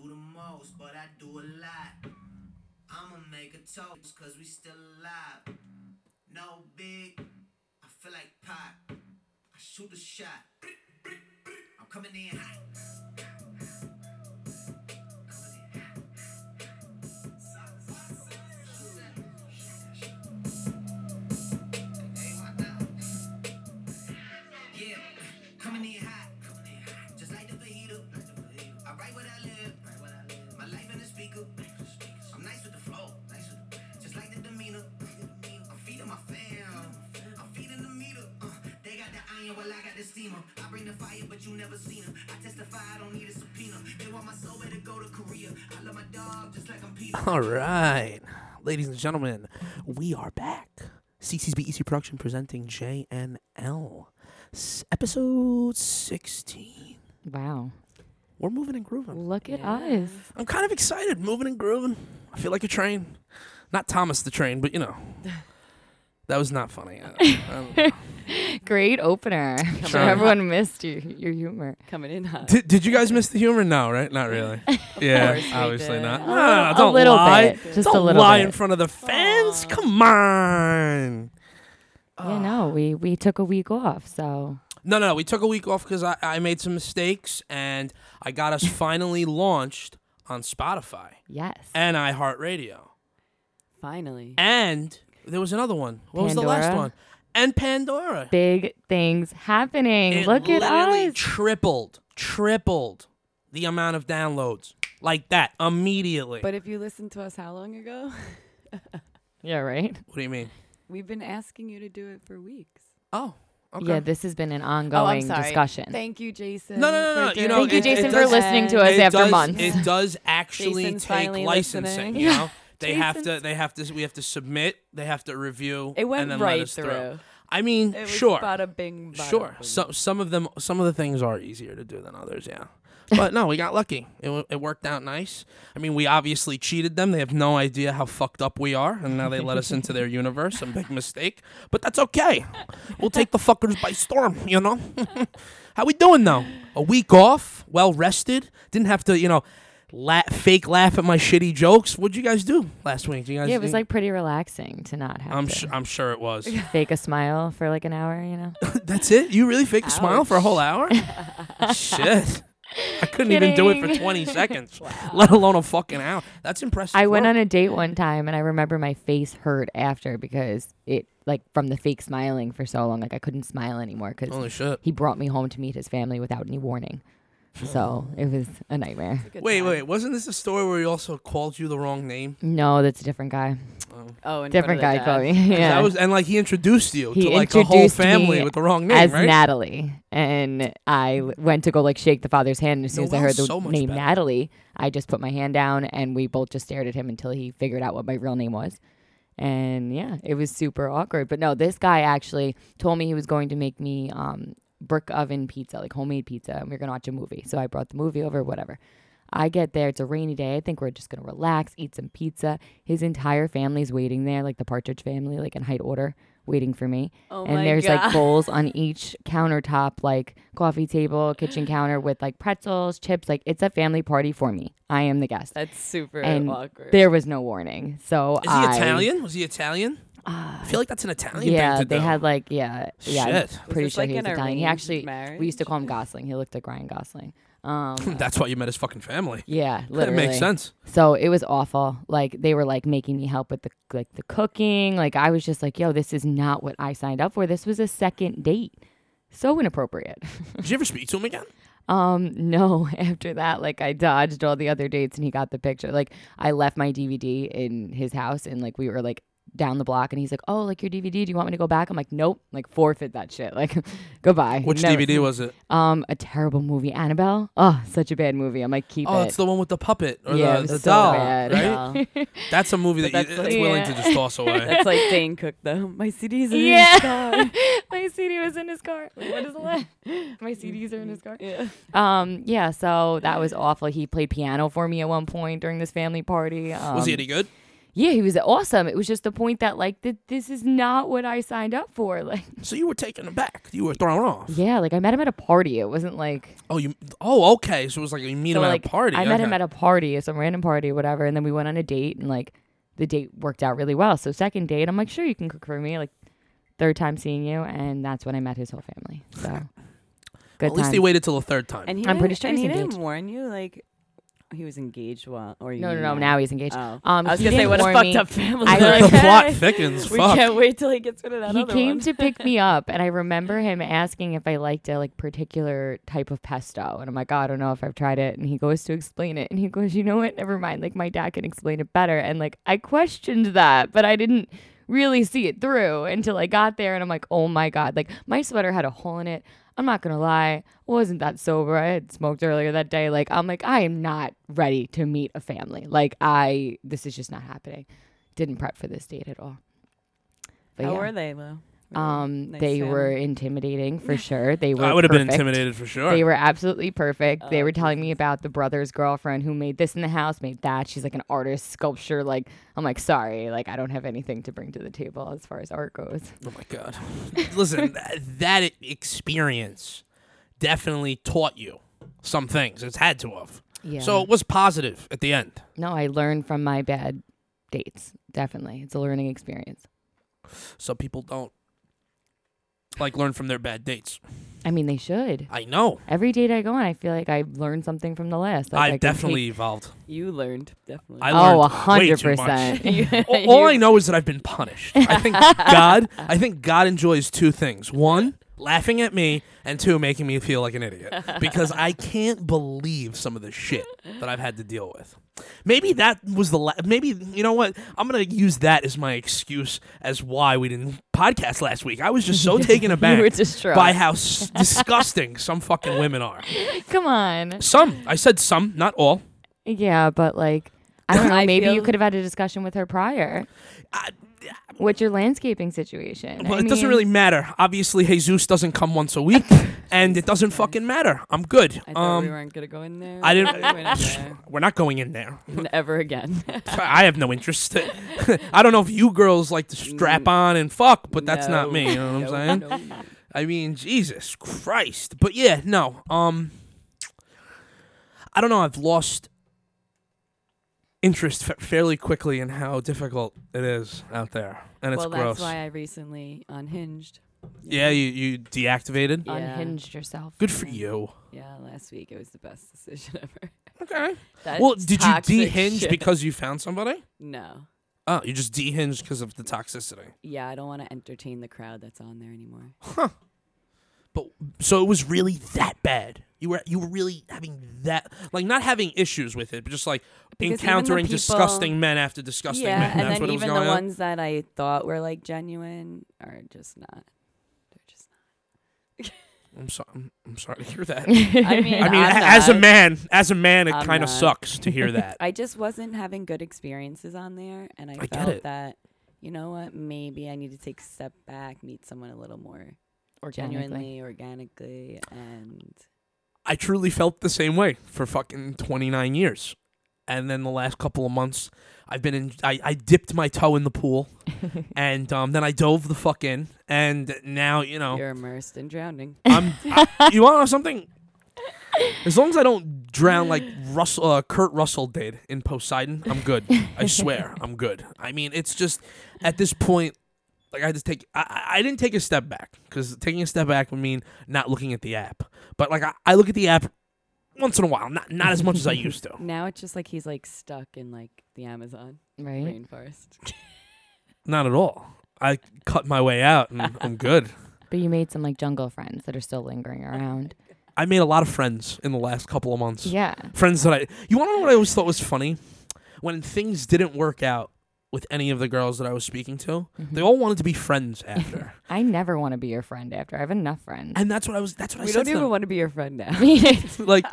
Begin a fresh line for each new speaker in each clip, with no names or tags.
most, but I do a lot. I'ma make a toast, cause we still alive. No big, I feel like pop. I shoot a shot. I'm coming in hot. Coming in hot. Hey, why not? Yeah, coming in hot, coming in hot, just like the fajita. I write what I live, my life in the speaker. I'm nice with the flow, just like the demeanor. I'm feeding my fam, I'm feeding the meter. Uh, they got the iron, well I got the steamer. I bring the fire, but you never seen her. I testify, I don't need a subpoena. They want my soul to go to Korea. I love my dog just like I'm Peter.
All right, ladies and gentlemen, we are back. CC's BEC E Production presenting JNL, S- episode 16.
Wow.
We're moving and grooving.
Look at us.
I'm kind of excited, moving and grooving. I feel like a train. Not Thomas the train, but you know. That was not funny. I- um, I don't-
Great opener. I'm
Sure.
sure everyone missed your, your humor.
coming in hot.
did, did you guys miss the humor? No, right? Not really. yeah,
course we
obviously
did.
not. No,
A
no, no,
a
Ah, don't
little
lie.
bit. Just
don't
a little
lie
bit.
in front of the fans. Come on.
Yeah, no, we, we took a week off, so
No, no, we took a week off because I, I made some mistakes and I got us finally launched on Spotify
yes.
and iHeartRadio.
Finally.
And there was another one. What was the last
Pandora?
one? And Pandora.
Big things happening.
It
Look at
literally
us.
tripled, tripled the amount of downloads like that immediately.
But if you listened to us how long ago?
Yeah, right?
what do you mean?
We've been asking you to do it for weeks.
Oh, okay.
Yeah, this has been an ongoing discussion.
Thank you, Jason.
No, no, no,
for
no, you
doing
know,
Thank you,
it- it
Jason, for
does-
listening to
And-
us
it
after
does,
months.
It does actually
Jason's
take
finally
licensing.
listening.
You know, they have to.
Jason's-
They have to. We have to submit. They have to review.
It went
and then let
right
us
through.
I mean,
It was
sure,
Bada bing. Bada
sure.
boom.
Some some of them, some of the things are easier to do than others. Yeah, but no, we got lucky. It wo- it worked out nice. I mean, we obviously cheated them. They have no idea how fucked up we are, and now they let us into their universe. A big mistake, but that's okay. We'll take the fuckers by storm. You know. How we doing though? A week off, well rested. Didn't have to, you know, la- fake laugh at my shitty jokes. What'd you guys do last week? Do you guys?
Yeah, it was
do-
like pretty relaxing to not have
I'm
to
su- I'm sure it was.
fake a smile for like an hour, you know?
That's it? You really fake a smile for a whole hour? Shit. I couldn't even do it for
Kidding.
20 seconds, let alone a fucking hour. That's impressive.
I went
work.
on a date one time and I remember my face hurt after because it like from the fake smiling for so long like I couldn't smile anymore
Holy
cuz
shit.
he brought me home to meet his family without any warning. So it was a nightmare.
Good
Wait,
time.
wait. Wasn't this a story where he also called you the wrong name?
No, that's a different guy.
Oh, in front
Different
of
guy
the
called
dad.
me. Yeah.
That was, and like he introduced you
He
to like the whole
introduced
family
me
with the wrong name,
as
right?
Natalie, and I l- went to go like shake the father's hand. And as soon as I
Noelle's
heard the
so much
name
better.
Natalie, I just put my hand down, and we both just stared at him until he figured out what my real name was. And yeah, it was super awkward. But no, this guy actually told me he was going to make me um, brick oven pizza, like homemade pizza, and we were gonna watch a movie. So I brought the movie over, whatever. I get there, it's a rainy day. I think we're just gonna relax, eat some pizza. His entire family's waiting there, like the Partridge family, like in height order, waiting for me.
Oh
and
my
there's like
God.
bowls on each countertop, like coffee table, kitchen counter with like pretzels, chips. Like it's a family party for me. I am the guest.
That's super
and
awkward.
there was no warning. So
Is he
I,
Italian? Was he Italian? I feel like that's an Italian
Uh, Yeah,
thing to
they
do.
had like yeah, yeah.
Shit.
I'm pretty
this,
sure
like,
he was
an
Italian. He
arranged
actually we used to call him Gosling. He looked like Ryan Gosling. Um,
that's why you met his fucking family.
yeah,
That
literally.
makes sense.
So it was awful. Like they were like making me help with the like the cooking. Like I was just like, yo, this is not what I signed up for. This was a second date. So inappropriate.
Did you ever speak to him again?
Um, no, after that, like I dodged all the other dates and he got the picture. Like I left my DVD in his house and like we were like down the block and he's like, Oh, like your DVD, do you want me to go back? I'm like, Nope, like forfeit that shit. Like goodbye.
Which
Never-
DVD was it?
Um, a terrible movie, Annabelle. Oh, such a bad movie. I'm like, keep
Oh,
it.
it's the one with the puppet or
yeah,
the,
it was
the
so
doll,
bad.
right?
Yeah.
That's a movie that
But
you,
that's
that's
like-
willing to
Yeah.
just toss away.
That's like Dane Cook, though. My CDs are
Yeah. my CD was in his car. Like, what is that? My CDs are in his car.
in his car.
Um, yeah, so that was awful. He played piano for me at one point during this family party. Um,
was he any good?
Yeah, he was awesome. It was just the point that like th- this is not what I signed up for. Like,
So you were taken aback. You were thrown off.
yeah, like I met him at a party. It wasn't like
Oh, you. Oh, okay. So it was like you meet
so,
him
like,
at a party.
I met
okay.
him at a party, some random party, whatever, and then we went on a date, and like the date worked out really well. So second date, I'm like, sure, you can cook for me. Like third time seeing you, and that's when I met his whole family. So good.
At least
times.
he waited till the third time.
And he
I'm pretty
didn't-
sure
and
he's
he
engaged.
didn't warn you like he was engaged while or you
No, no,
knew
no.
that?
Now he's engaged.
Oh.
Um,
I was
he
gonna say
didn't
what a
warn
fucked
me.
up family.
I-
They're
the plot
"Hey,
thickens.
We
Fuck.
can't wait till he gets rid of that
he
other
came
one.
to pick me up and i remember him asking if i liked a like particular type of pesto and i'm like oh, i don't know if i've tried it and he goes to explain it and he goes you know what never mind like my dad can explain it better and like i questioned that but i didn't really see it through until i got there and i'm like oh my god like my sweater had a hole in it i'm not gonna lie I wasn't that sober i had smoked earlier that day like i'm like i am not ready to meet a family like i this is just not happening didn't prep for this date at all but
How
yeah.
were they, Lou? Were
Um,
nice
they
family?
were intimidating for sure. They were.
I would have been
perfect.
intimidated for sure.
They were absolutely perfect. they
Oh,
were telling me about the brother's girlfriend who made this in the house, made that. She's like an artist, sculpture. Like I'm like, sorry, like I don't have anything to bring to the table as far as art goes.
Oh my god! Listen, that, that e- experience definitely taught you some things. It's had to have.
Yeah.
So it was positive at the end.
no, I learned from my bad dates. Definitely, it's a learning experience.
So people don't like learn from their bad dates.
I mean, they should.
I know.
Every date I go on, I feel like I learned something from the last. Like, I
I've
can
definitely evolved.
You learned definitely.
I
Take,
learned
oh, a
way
hundred
too much.
percent.
All, all I know is that I've been punished. I think God. I think God enjoys two things: one, laughing at me, and two, making me feel like an idiot because I can't believe some of the shit that I've had to deal with. Maybe that was the la- maybe you know what I'm gonna use that as my excuse as why we didn't podcast last week. I was just so taken aback
You were distraught.
by how s- disgusting some fucking women are.
Come on.
Some I said some, not all.
Yeah, but like I don't know.
I
maybe you
feel-
could have had a discussion with her prior.
I-
What's your landscaping situation?
Well,
I
it doesn't
mean,
really matter. Obviously, Jesus doesn't come once a week, and it doesn't fucking matter. I'm good.
I thought
um,
we weren't gonna go in there.
I didn't-
We went in there.
we're not going in there.
N- Ever again.
I have no interest. I don't know if you girls like to
Mm.
strap on and fuck, but that's not me. You know what I'm saying? I mean, Jesus Christ. But yeah, no. Um, I don't know. I've lost interest fa- fairly quickly in how difficult it is out there, and it's
well,
gross.
that's why I recently unhinged.
yeah, you you deactivated.
Yeah.
unhinged yourself.
Good for you.
Yeah, last week it was the best decision ever.
Okay.
That
Well, did you
toxic
dehinge
shit.
because you found somebody?
No.
Oh, you just dehinged because of the toxicity.
Yeah, I don't want to entertain the crowd that's on there anymore.
But so it was really that bad. You were you were really having that like not having issues with it, but just like
Because even the
encountering
people-
disgusting men after disgusting
yeah,
men.
and
That's
then
what it was
even
going
the
on.
ones that I thought were like genuine are just not. They're just
I'm sorry. I'm, I'm sorry to hear that.
not. I mean,
I mean, a-
I'm
as a
not.
man, as a man, it
I'm
kind of
not.
sucks to hear that.
I just wasn't having good experiences on there, and I,
I get it.
felt that you know what, maybe I need to take a step back, meet someone a little more genuinely, organically, and
I truly felt the same way for fucking 29 years. And then the last couple of months, I've been in, I, I dipped my toe in the pool and um, then I dove the fuck in. And now, you know,
you're immersed in drowning.
I'm, I- you want to know something? As long as I don't drown like Russell, uh, Kurt Russell did in Poseidon, I'm good. I swear, I'm good. I mean, it's just at this point, like I just take, I- I, I didn't take a step back because taking a step back would mean not looking at the app. But like I, I look at the app once in a while, not not as much as I used to.
Now it's just like he's like stuck in like the Amazon
Right.
rainforest.
Not at all. I cut my way out and I'm good.
But you made some like jungle friends that are still lingering around.
I made a lot of friends in the last couple of months.
Yeah.
friends that I. You want to know what I always thought was funny? When things didn't work out with any of the girls that I was speaking to, they all wanted to be friends after,
I never want to be your friend after. I have enough friends.
and that's what I was. That's what I
we
said
don't
to
even
them.
want to be your friend now.
like,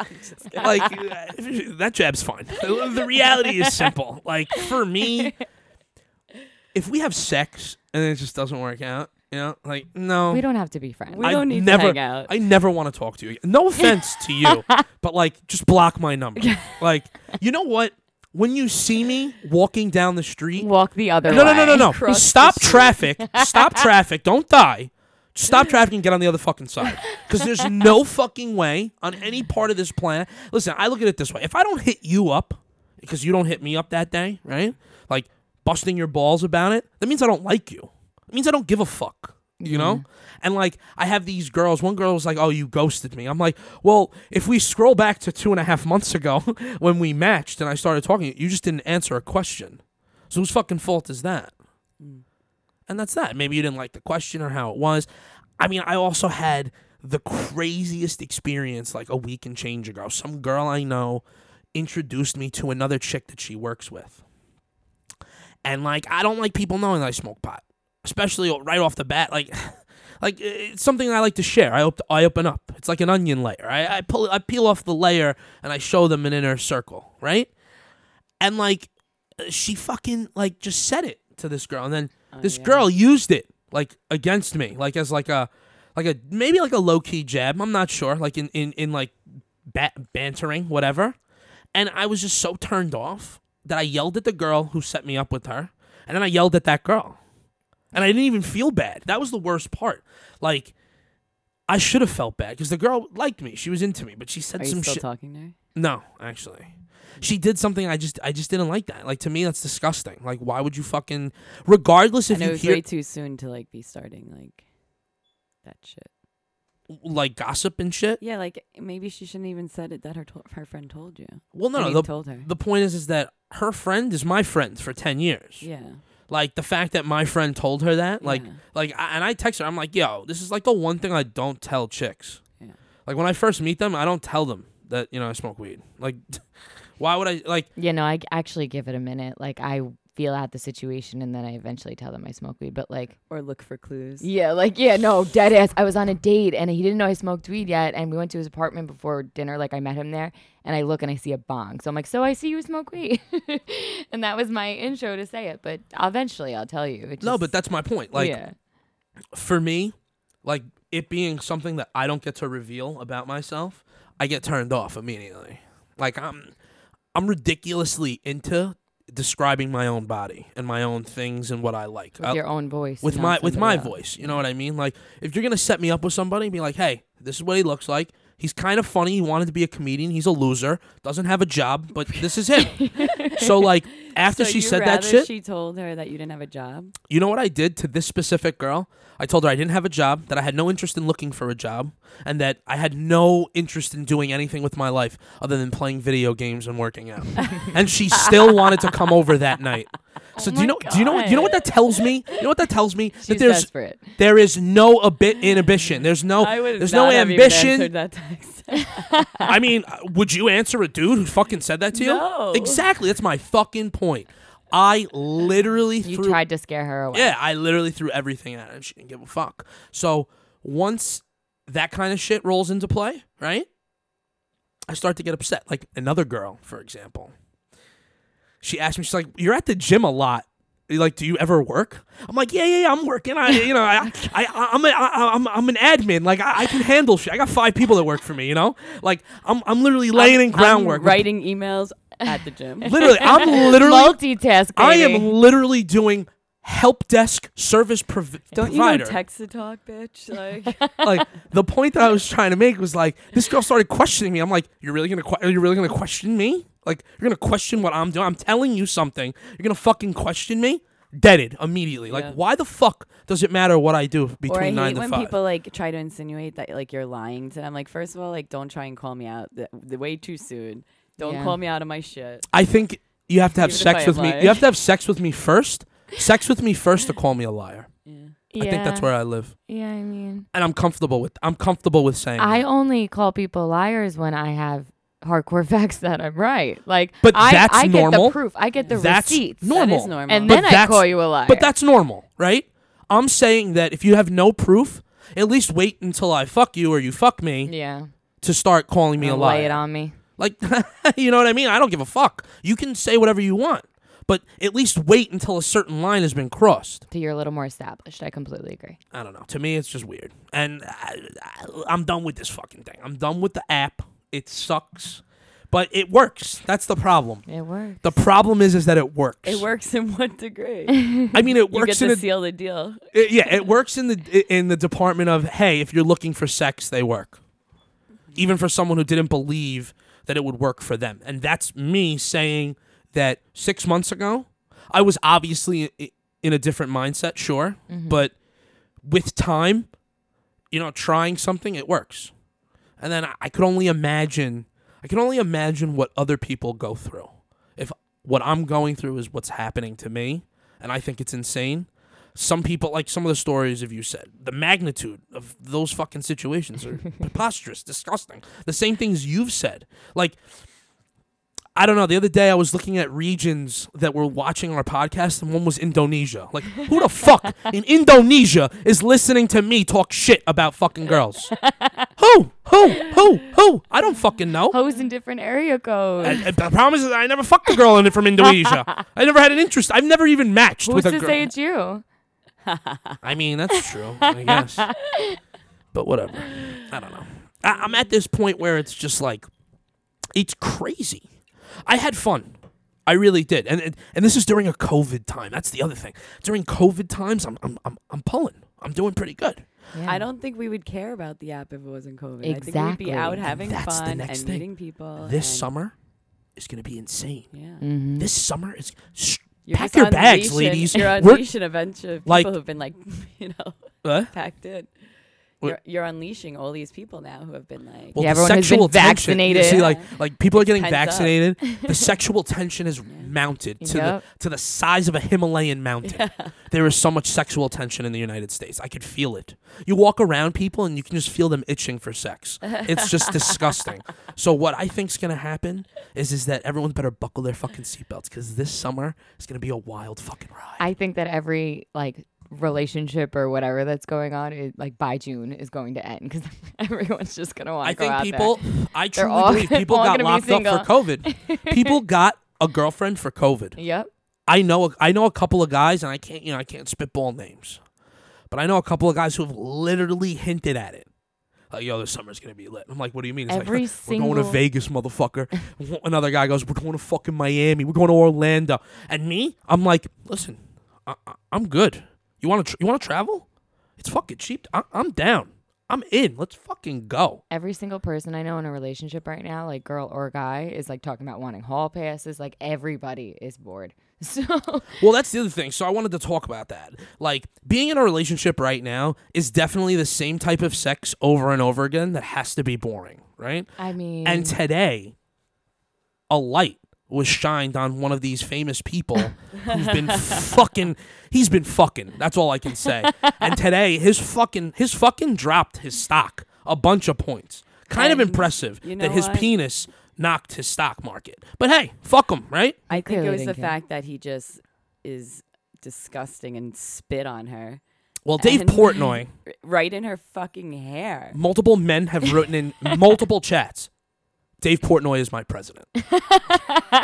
like uh, that jab's fine. The reality is simple. Like for me, if we have sex and it just doesn't work out, you know, like no,
we don't have to be friends.
We
I
don't need
never-
to hang out.
I never want to talk to you. again. No offense to you, but like, just block my number. Like, you know what? when you see me walking down the street,
Walk the other
no,
way.
no, no, no, no,
Cross the
stop
street.
traffic, stop traffic, don't die. Stop traffic and get on the other fucking side. Because there's no fucking way on any part of this planet. Listen, I look at it this way. If I don't hit you up, because you don't hit me up that day, right? Like busting your balls about it, that means I don't like you. It means I don't give a fuck. You know? And like I have these girls. One girl was like, Oh, you ghosted me. I'm like, Well, if we scroll back to two and a half months ago when we matched and I started talking, you just didn't answer a question. So whose fucking fault is that? And that's that. Maybe you didn't like the question or how it was. I mean, I also had the craziest experience like a week and change ago. Some girl I know introduced me to another chick that she works with. And like I don't like people knowing that I smoke pot, especially right off the bat like like it's something I like to share. I op- I open up. It's like an onion layer. I I pull I peel off the layer and I show them an inner circle, right? And like uh, she fucking like just said it to this girl and then this
Oh, yeah.
girl used it like against me like as like a like a maybe like a low key jab i'm not sure like in in, in like ba- bantering whatever and i was just so turned off that i yelled at the girl who set me up with her and then i yelled at that girl and i didn't even feel bad that was the worst part like i should have felt bad because the girl liked me she was into me but she said
Are
some
you still
shit
talking to her?
no, actually. She did something I just I just didn't like that. Like to me that's disgusting. Like why would you fucking regardless
I
if
know
you
it's
hear
way too soon to like be starting like that shit.
like gossip and shit?
Yeah, like maybe she shouldn't even said it that her to- her friend told you.
Well
I
no,
mean,
no the,
told her.
the point is is that her friend is my friend for 10 years.
yeah,
Like the fact that my friend told her that, like
Yeah.
like I, and I text her I'm like, "Yo, this is like the one thing I don't tell chicks."
Yeah.
Like when I first meet them, I don't tell them that, you know, I smoke weed. Like why would I like
You know, I g- actually give it a minute. Like I feel out the situation and then I eventually tell them I smoke weed. But like
or look for clues.
Yeah, like yeah, no, dead ass. I was on a date and he didn't know I smoked weed yet, and we went to his apartment before dinner. Like I met him there, and I look and I see a bong, so I'm like, "So I see you smoke weed," and that was my intro to say it. But eventually, I'll tell you. It
no,
just-
but that's my point. Like
yeah,
for me, like it being something that I don't get to reveal about myself, I get turned off immediately. Like I'm I'm ridiculously into describing my own body and my own things and what I like.
with
I-
your own voice,
uh, with
not
my with my
somebody else.
voice, you know what I mean? Like if you're going to set me up with somebody, be like, "Hey, this is what he looks like. He's kind of funny. He wanted to be a comedian. He's a loser. Doesn't have a job, but this is him." so like after
So
she
you
said that
rather
shit,
she told her that you didn't have a job.
you know what I did to this specific girl? I told her I didn't have a job, that I had no interest in looking for a job, and that I had no interest in doing anything with my life other than playing video games and working out. and she still wanted to come over that night. So do you
my
know do you know what you know what that tells me? You know what that tells me?
She's
that there's
desperate.
there is no a bit inhibition. There's no
I would
there's
not
no
have even
ambition.
answered that text.
I mean, uh, would you answer a dude who fucking said that to you?
No.
Exactly. That's my fucking point. I literally
You
threw
tried to scare her away.
yeah, I literally threw everything at her and she didn't give a fuck. So once that kind of shit rolls into play, right? I start to get upset. Like another girl, for example. She asked me, she's like, You're at the gym a lot. Like, do you ever work? I'm like, yeah, yeah, yeah. I'm working. I, you know, I, I, I'm, a, I, I'm, I'm an admin. Like, I, I can handle shit. I got five people that work for me. You know, like, I'm, I'm literally laying in
I'm
groundwork.
writing emails at the gym.
Literally, I'm literally
multitask.
I am
baby.
literally doing help desk service prov-
Don't you know
provider.
text to talk, bitch? Like,
like the point that I was trying to make was like this girl started questioning me. I'm like, you're really gonna que- are you really gonna question me? Like you're gonna question what I'm doing? I'm telling you something. You're gonna fucking question me? Deaded immediately. Like
Yeah.
why the fuck does it matter what I do between
or I
nine
hate
to
when
five?
people like try to insinuate that like you're lying to them. Like, first of all, like don't try and call me out the, the way too soon. Don't
Yeah.
call me out of my shit.
I think you have to have
Even if I
sex
am
with me.
lying.
You have to have sex with me first. Sex with me first to call me a liar.
Yeah.
Yeah.
I think that's where I live,
Yeah, I mean,
and I'm comfortable with. I'm comfortable with saying.
I
that.
only call people liars when I have hardcore facts that I'm right. Like,
But
I,
that's
I get
normal.
the proof. I get the
that's
receipts.
normal.
That is normal.
And
But
then I
that's-
call you a liar.
But that's normal, right? I'm saying that if you have no proof, at least wait until I fuck you or you fuck me
yeah.
to start calling me a
Don't
liar.
Lay it on me.
Like, you know what I mean? I don't give a fuck. You can say whatever you want, but at least wait until a certain line has been crossed.
So you're a little more established. I completely agree.
I don't know. To me, it's just weird, and I, I, I'm done with this fucking thing. I'm done with the app. It sucks. But it works. That's the problem.
It works.
The problem is is that it works.
It works in what degree?
I mean, it
you get
works in
to
a,
seal the deal.
it- yeah, it works in the in the department of hey, if you're looking for sex, they work. Even for someone who didn't believe that it would work for them, and that's me saying that six months ago, I was obviously i- in a different mindset, sure,
Mm-hmm.
but with time, you know, trying something, it works. And then I- I could only imagine, I can only imagine what other people go through. If what I'm going through is what's happening to me, and I think it's insane. Some people, like some of the stories of you said, the magnitude of those fucking situations are preposterous, disgusting. The same things you've said. Like, I don't know. The other day, I was looking at regions that were watching our podcast, and one was Indonesia. Like, who the fuck in Indonesia is listening to me talk shit about fucking girls? who? Who? Who? Who? I don't fucking know.
Hoes in different area codes.
I, I, the problem is that I never fucked a girl in from Indonesia. I never had an interest. I've never even matched
Who's
with a
to
girl.
say it's you?
I mean, that's true, I guess. But whatever. I don't know. I, I'm at this point where it's just like, it's crazy. I had fun. I really did. And and, and this is during a COVID time. That's the other thing. During COVID times, I'm I'm I'm, I'm pulling. I'm doing pretty good.
Yeah.
I don't think we would care about the app if it wasn't COVID. I think we'd
Exactly.
be out having
That's the
fun
next
and
thing.
meeting people.
This
and-
summer is going to be insane.
Yeah.
Mhm.
This summer is. Sh-
You're
Pack
just
your
on
bags,
leash and-
ladies.
You're on
We're-
leash and a bunch of people
Like-
who've been like, you know,
Huh?
packed in.
What-
You're, you're unleashing all these people now who have been like,
Well,
Yeah,
the
everyone has
sexual
been
tension- You see,
vaccinated.
like, like people are getting
Pent up.
vaccinated. The sexual tension is mounted to
Yep.
the to the size of a Himalayan mountain. There is so much sexual tension in the United States. I could feel it. You walk around people and you can just feel them itching for sex. It's just disgusting. So what I think's gonna happen is is that everyone better buckle their fucking seatbelts because this summer is gonna be a wild fucking ride.
I think that every like relationship or whatever that's going on, it, like by June is going to end because everyone's just gonna want
I
to go
think
out
people.
there.
I
They're
truly
all-
believe people
all
got
gonna be
locked up for COVID. people got a girlfriend for COVID.
Yep.
I know a, I know a couple of guys, and I can't you know I can't spitball names, but I know a couple of guys who have literally hinted at it. Like, yo, this summer's gonna be lit. I'm like, what do you mean? It's
Every
like, we're going to
single-
Vegas, motherfucker. Another guy goes, we're going to fucking Miami. We're going to Orlando. And me, I'm like, listen, I, I, I'm good. You want to tr- you want to travel? It's fucking cheap. I, I'm down. I'm in. Let's fucking go.
Every single person I know in a relationship right now, like girl or guy, is like talking about wanting hall passes. Like everybody is bored. So
Well, that's the other thing. So I wanted to talk about that. Like being in a relationship right now is definitely the same type of sex over and over again that has to be boring, right?
I mean,
And
Mm.
today, a light was shined on one of these famous people who's been fucking. He's been fucking. That's all I can say. And today, his fucking his fucking dropped his stock a bunch of points. Kind of
And
impressive
you
that
know
his
what?
penis knocked his stock market. But hey, fuck him, right?
I think
clearly
it was the
didn't care.
fact that he just is disgusting and spit on her
Well, Dave
And-
Portnoy.
r- right in her fucking hair.
multiple men have written in multiple chats dave portnoy is my president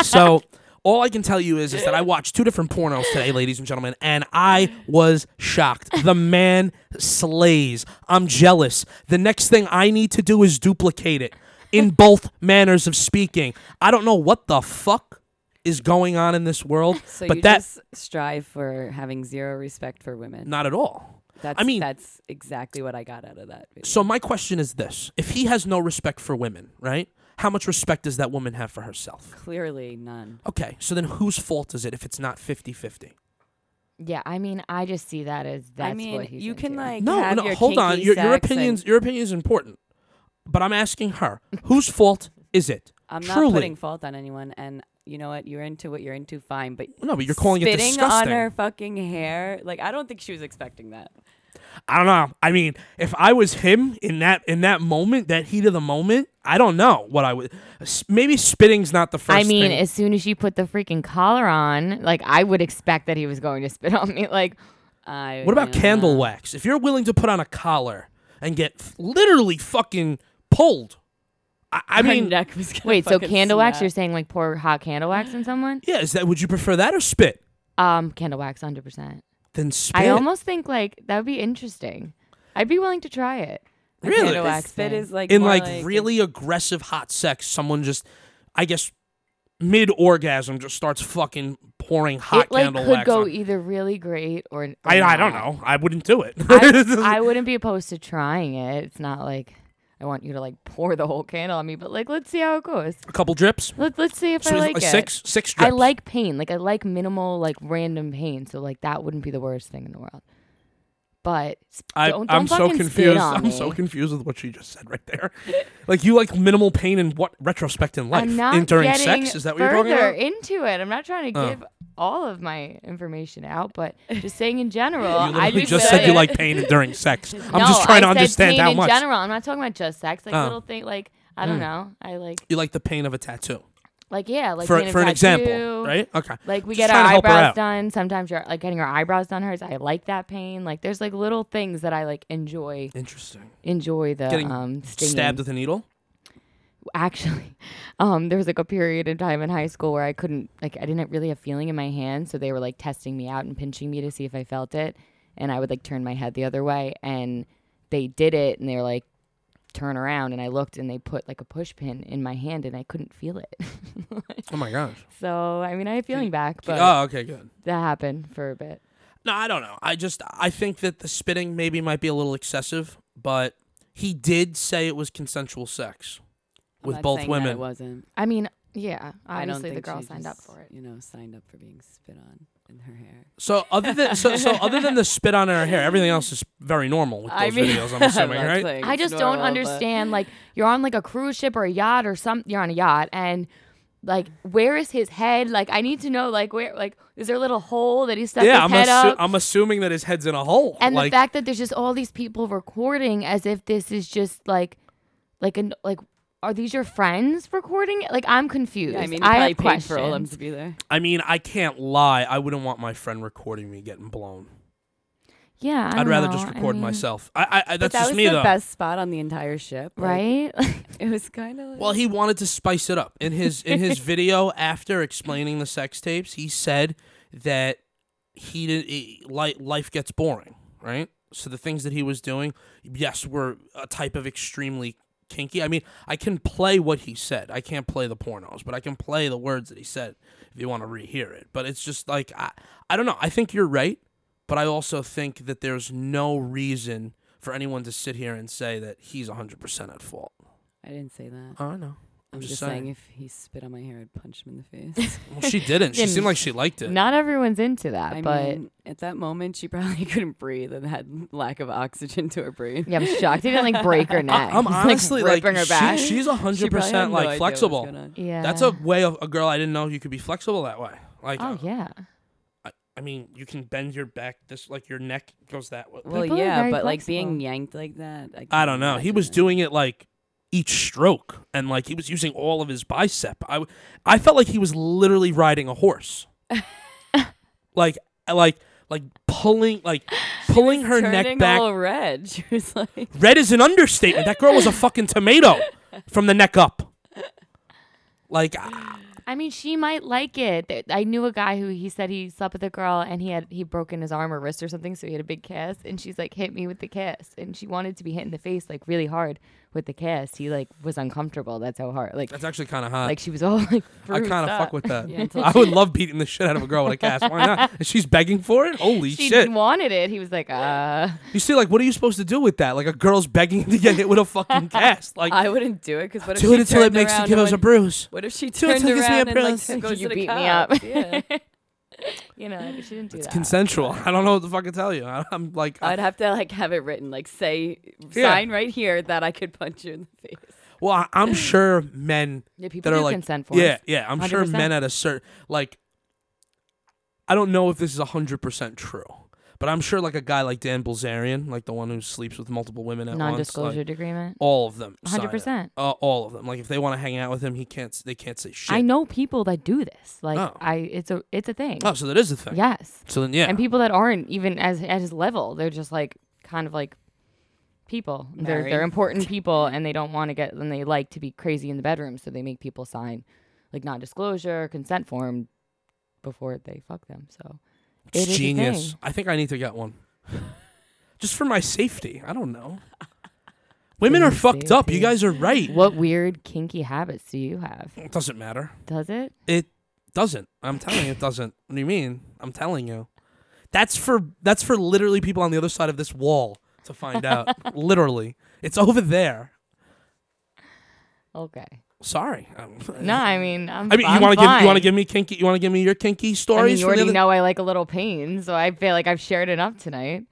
so all i can tell you is, is that i watched two different pornos today ladies and gentlemen and i was shocked the man slays i'm jealous the next thing i need to do is duplicate it in both manners of speaking i don't know what the fuck is going on in this world
So
but
you
that's
just strive for having zero respect for women.
not at all
That's,
I mean,
that's exactly what I got out of that. video.
So my question is this: If he has no respect for women, right? How much respect does that woman have for herself?
Clearly, none.
Okay, so then whose fault is it if it's not 50-50?
yeah, I mean, I just see that as that's
I mean,
what he's
you can
into.
like
No,
have
no,
your
hold on.
kinky
Your, your
sex and-
opinions your opinion is important. But I'm asking her, whose fault is it?
I'm
Truly.
not putting fault on anyone, and you know what? You're into what you're into, fine. But
No, but you're calling it
spitting on
disgusting.
her fucking hair, like I don't think she was expecting that.
I don't know. I mean, if I was him in that in that moment, that heat of the moment, I don't know what I would s- maybe spitting's not the first
I mean,
thing.
as soon as she put the freaking collar on, like I would expect that he was going to spit on me. Like,
I. uh,
What about
you know,
candle wax? If you're willing to put on a collar and get f- literally fucking pulled, I, I
my
mean,
neck was gonna
wait, so
fucking
candle wax?
snap.
You're saying like pour hot candle wax on someone?
yeah, is that would you prefer that or spit?
Um, candle wax, hundred percent.
Then spit.
I almost think like that would be interesting. I'd be willing to try it.
really
candle
The
wax
spit
thing.
is like
in
more
like,
like
really aggressive hot sex. Someone just I guess mid orgasm just starts fucking pouring hot
it like
candle
could
wax.
go
on.
either really great or, or
I I don't
not.
know. I wouldn't do it.
I, I wouldn't be opposed to trying it. It's not like I want you to like pour the whole candle on me, but like let's see how it goes.
a couple drips.
Let let's see if
So
I
it's
like
like
it.
six six
I
drips.
like pain. Like I like minimal like random pain. So like that wouldn't be the worst thing in the world. But s-
I,
don't,
I'm
don't
so
fucking skate
confused.
on
I'm
me.
so confused with what she just said right there. like you like minimal pain in what retrospect in life?
I'm not
in, during
getting
sex? Is that what you're
further
talking about?
into it. I'm not trying to
Oh.
give all of my information out, but just saying in general.
you
I
literally just
feel
said you
it.
like pain during sex. I'm
No,
just trying to
I said
understand
pain
how
in
much Hmm.
general. I'm not talking about just sex. Like
Oh.
little thing. Like I don't know. I like
you like the pain of a tattoo.
like yeah. Like
for
getting a
for an
tattoo.
example, right? Okay.
Like we
Just
get
trying
our
to help her
eyebrows
out.
done. Sometimes you're like getting our eyebrows done hurts. I like that pain. Like there's like little things that I like enjoy
Interesting.
enjoy the
Getting
um stinging.
Stabbed with a needle.
Actually, um, there was like a period in time in high school where I couldn't like I didn't really have feeling in my hand, so they were like testing me out and pinching me to see if I felt it, and I would like turn my head the other way, and they did it, and they were like turn around, and I looked, and they put like a push pin in my hand, and I couldn't feel it.
Oh my gosh.
so I mean, I have feeling back, but
uh
oh, okay, good.
that happened for a bit.
No, I don't know. I just I think that the spitting maybe might be a little excessive, but he did say it was consensual sex
I'm
with
not
both
saying that
women.
it wasn't.
I mean, yeah,
I don't
obviously the
think
girl
she
signed up
just,
for it.
You know, signed up for being spit on in her hair.
So other than so, so other than the spit on her hair, everything else is very normal with those
I mean,
videos. I'm assuming,
not
right?
saying
I
it's
just
normal,
don't
but-
understand. Like, you're on like a cruise ship or a yacht or some. You're on a yacht, and like, where is his head? Like, I need to know. Like, where? Like, is there a little hole that he stuck
yeah,
his
I'm
head
assu-
up?
I'm assuming that his head's in a hole.
and
like,
the fact that there's just all these people recording as if this is just like, like an like. Are these your friends recording? it? Like I'm confused.
Yeah, I mean,
I
I
have
paid
questions.
for all them to be there.
I mean, I can't lie. I wouldn't want my friend recording me getting blown.
Yeah, I
I'd
don't
rather
know.
just
I
record
mean,
myself. I, I, I
But
that's
that
just
was
me
the
though.
best spot on the entire ship, like,
right?
It was kind of like,
Well, he wanted to spice it up in his in his video after explaining the sex tapes. He said that he did he, li- life gets boring, right? So the things that he was doing, yes, were a type of extremely kinky. I mean, I can play what he said. I can't play the pornos, but I can play the words that he said if you want to rehear it. But it's just like I I don't know. I think you're right, but I also think that there's no reason for anyone to sit here and say that he's 100% at fault.
I didn't say that.
Oh, I know.
I'm
just
just, saying.
saying.
if he spit on my hair, I'd punch him in the face.
Well, she didn't. She
Yeah,
seemed like she liked it.
Not everyone's into that,
I
but
mean, at that moment, she probably couldn't breathe and had lack of oxygen to her brain.
yeah, I'm shocked. He didn't like break her neck.
I, am
He's,
honestly like,
ripping her back.
She, she's hundred percent like flexible.
yeah,
That's a way of a girl. I didn't know you could be flexible that way. Like,
Oh
uh,
yeah.
I, I mean, you can bend your back. This like your neck goes that way.
Well,
People are
yeah,
very
but like being
flexible.
yanked like that. I,
I
can't
don't know. He
imagine
was
it.
doing it like each stroke, and like he was using all of his bicep. I, w- I felt like he was literally riding a horse. like, like, like pulling, like pulling her neck
Turning
back.
all red. She was like,
Red is an understatement. That girl was a fucking tomato from the neck up. Like, I-
I mean, she might like it. Th- I knew a guy who he said he slept with a girl and he had he broken his arm or wrist or something, so he had a big kiss. And she's like, "Hit me with the kiss," and she wanted to be hit in the face like really hard with the kiss. He like was uncomfortable. That's how hard. Like
that's actually kind of hot.
like she was all like.
I
bruised
kind of
up.
fuck with that.
Yeah, until
I would love beating the shit out of a girl with a cast. Why not? If she's begging for it, holy
She
shit.
wanted it. He was like, "Uh,
You see, like, what are you supposed to do with that? Like, a girl's begging to get hit with a fucking cast. Like,
I wouldn't do it because what if
do
she
it until it
turned
makes you
around
give
and
us a
went-
bruise.
What if she
Do it
turned
till it gives me a
around and
bruise.
like goes
you
to the
beat me up."
cops? Yeah.
you know, like, she didn't do
It's
that."
consensual. I don't know what the fuck to tell you. I, I'm like, I-
I'd have to like have it written, like say
Yeah.
sign right here that I could punch you in the face.
well, I, I'm sure men
yeah, people
that are
do
like
consent forms.
yeah yeah i'm sure
100%.
men at a certain like i don't know if this is 100% true but i'm sure like a guy like dan Bilzerian, like the one who sleeps with multiple women at once
non-disclosure
like,
agreement.
all of them sign it.
100%.
uh, all of them like if they want to hang out with him he can't s- they can't say shit
I know people that do this. Like
Oh.
I, it's a it's a thing.
oh so that is a thing
Yes.
so then yeah
and people that aren't even as at his level they're just like kind of like people they're
Married.
they're important people and they don't want to get and they like to be crazy in the bedroom so they make people sign like non-disclosure consent form before they fuck them so it
it's
is a
genius
thing.
i think i need to get one just for my safety i don't know Women are
Goodness
fucked up. You
sakes.
guys are right.
What weird kinky habits do you have?
It doesn't matter.
Does it?
It doesn't. I'm telling you, it doesn't. What do you mean? I'm telling you. That's for that's for literally people on the other side of this wall to find out. literally, it's over there.
Okay.
Sorry. Um,
No, I mean, I'm.
I mean, you
I'm
want to give you want to
fine.
give me kinky? You want to give me your kinky
I mean,
stories?
you
from the
already
other-
know I like a little pain, so I feel like I've shared enough tonight.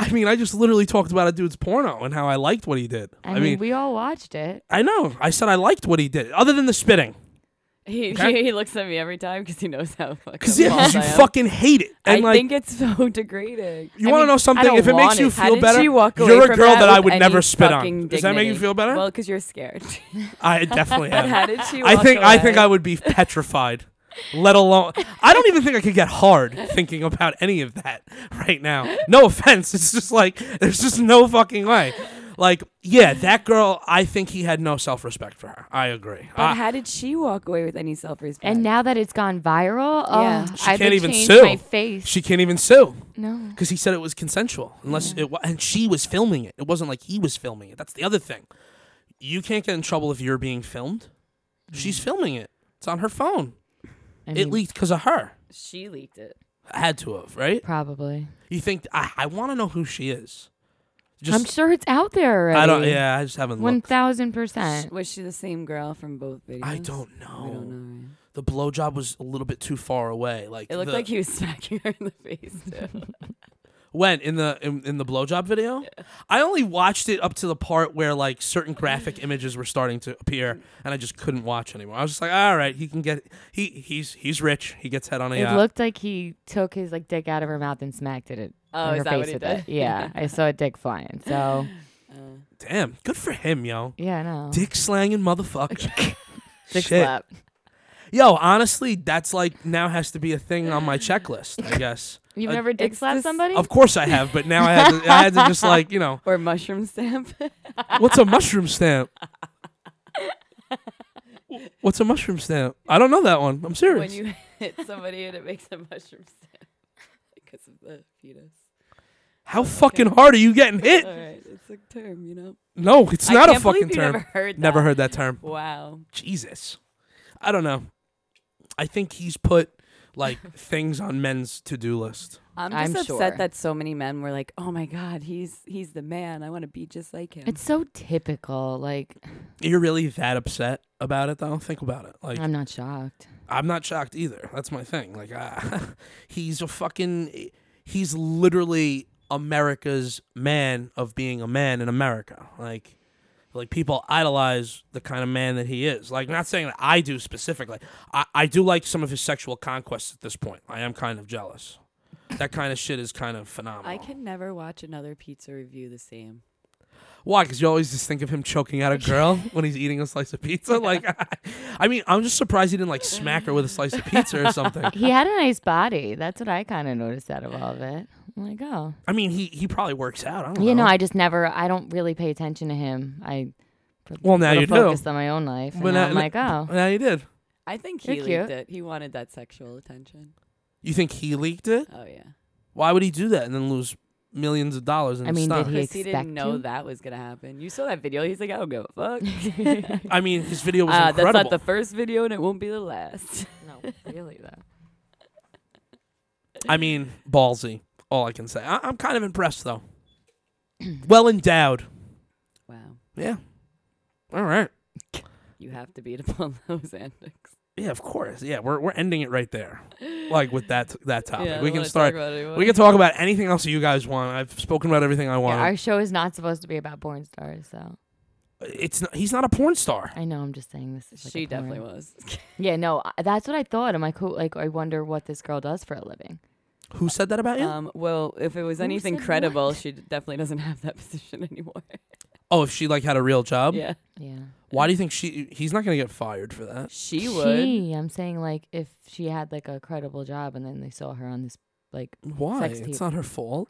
I mean, I just literally talked about a dude's porno and how I liked what he did.
I, mean, we all watched it.
I know. I said I liked what he did, other than the spitting,
He,
Okay.
he looks at me every time because he knows how fucking.
because yeah, 'cause you fucking hate it.
I
And like,
think it's so degrading.
you
I
want to
mean,
know
I
something?
don't
If it makes
want
you
it.
How
feel
did
better,
she walk away
you're a
from
girl that, I
with
would
any
never spit on.
fucking
Does that make you
dignity?
feel better?
Well, because you're scared.
I definitely
But how
am.
did she?
I
walk
think I think
away?
I would be petrified. Let alone, I don't even think I could get hard thinking about any of that right now. No offense, it's just like there's just no fucking way. Like, yeah, that girl. I think he had no self respect for her. I agree.
But
I-
how did she walk away with any self-respect?
And now that it's gone viral,
Yeah.
oh,
She
I
can't
would
even
change
sue.
my face.
she can't even sue.
no.
because he said it was consensual unless it wa- and she was filming it it wasn't like he was filming it that's the other thing you can't get in trouble if you're being filmed
Mm.
she's filming it it's on her phone
I
it
mean,
leaked because of her
she leaked it.
had to have right
probably.
you think i, I want to know who she is
I'm sure it's out there already.
i don't yeah i just haven't
One
looked
thousand percent.
Uh, Was she the same girl from both videos?
i don't
We
know
don't know. Right?
the blowjob was a little bit too far away like
It looked
the-
like he was smacking her in the face too.
when in the in, in the blowjob video i only watched it up to the part where like certain graphic images were starting to appear and i just couldn't watch anymore i was just like all right he can get he he's he's rich he gets head on a
It
yacht
looked like he took his like dick out of her mouth and smacked it at
Oh,
her
is that
face
what he
with
did?
it. Yeah, I saw a dick flying. So
damn good for him yo
yeah, no.
dick slanging motherfucker
Oh. Dick
Shit.
slap.
yo honestly that's like now has to be a thing on my checklist i guess
You've
Uh,
never dick
it's
slapped
this-
somebody?
of course i have but now i had to, I had to just like you know
or mushroom stamp.
what's a mushroom stamp What's a mushroom stamp? I don't know that one. I'm serious.
when you hit somebody and it makes a mushroom stamp because of the fetus.
How fucking hard are you getting hit?
All right, it's a term, you know.
No, it's
I
not a
can't believe
fucking
you
term.
Never heard. That.
Never heard that term.
Wow.
Jesus. I don't know. I think he's put like things on men's to-do list.
I'm just
I'm
upset
sure.
that so many men were like, "Oh my God, he's he's the man. I want to be just like him."
It's so typical. Like
You're really that upset about it though? Think about it. Like
I'm not shocked.
I'm not shocked either. That's my thing. Like ah, he's a fucking he's literally America's man of being a man in America. Like like people idolize the kind of man that he is. Like not saying that I do specifically. I, I do like some of his sexual conquests at this point. I am kind of jealous. That kind of shit is kind of phenomenal.
I can never watch another pizza review the same.
Why? Because you always just think of him choking out a girl when he's eating a slice of pizza. Like, I mean, I'm just surprised he didn't like smack her with a slice of pizza or something.
He had a nice body. That's what I kind of noticed out of all of it. I'm like, oh,
I mean, he he probably works out. I don't
you
know.
know, I just never. I don't really pay attention to him. I
well, now
gotta
you do.
focus on my own life. And
But
now
I-
I'm like, oh,
Now you did.
I think he
You're
leaked
cute.
it. He wanted that sexual attention.
You think he leaked it?
Oh yeah,
Why would he do that and then lose millions of dollars in
I mean, did
stock?
He
because he,
expect
didn't know
to?
that was gonna happen. You saw that video. He's like, "I don't give a fuck."
I mean, his video was
uh, that's
incredible.
not the first video, and it won't be the last.
no, really though.
I mean, ballsy. All I can say. I- I'm kind of impressed though. well endowed.
Wow,
Yeah. All right.
you have to beat upon those antics.
Yeah, of course. Yeah, we're we're ending it right there. Like with that that topic,
Yeah, I
we can
don't wanna
start.
Talk about it anymore.
We can talk about anything else that you guys want. I've spoken about everything I
Yeah,
want.
our show is not supposed to be about porn stars, so
it's not, he's not a porn star.
I know I'm just saying this. Is like a
she definitely
porn.
was.
Yeah, no, I- that's what I thought. I'm like, who, like, I wonder what this girl does for a living.
Who said that about you?
Um, well, if it was
Who
anything
said
credible,
what?
she d- definitely doesn't have that position anymore.
oh, if she like had a real job.
yeah,
Yeah,
Why do you think she? He's not gonna get fired for that.
she would.
She, I'm saying like if she had like a credible job and then they saw her on this like.
Why?
Sex
It's
tape.
not her fault.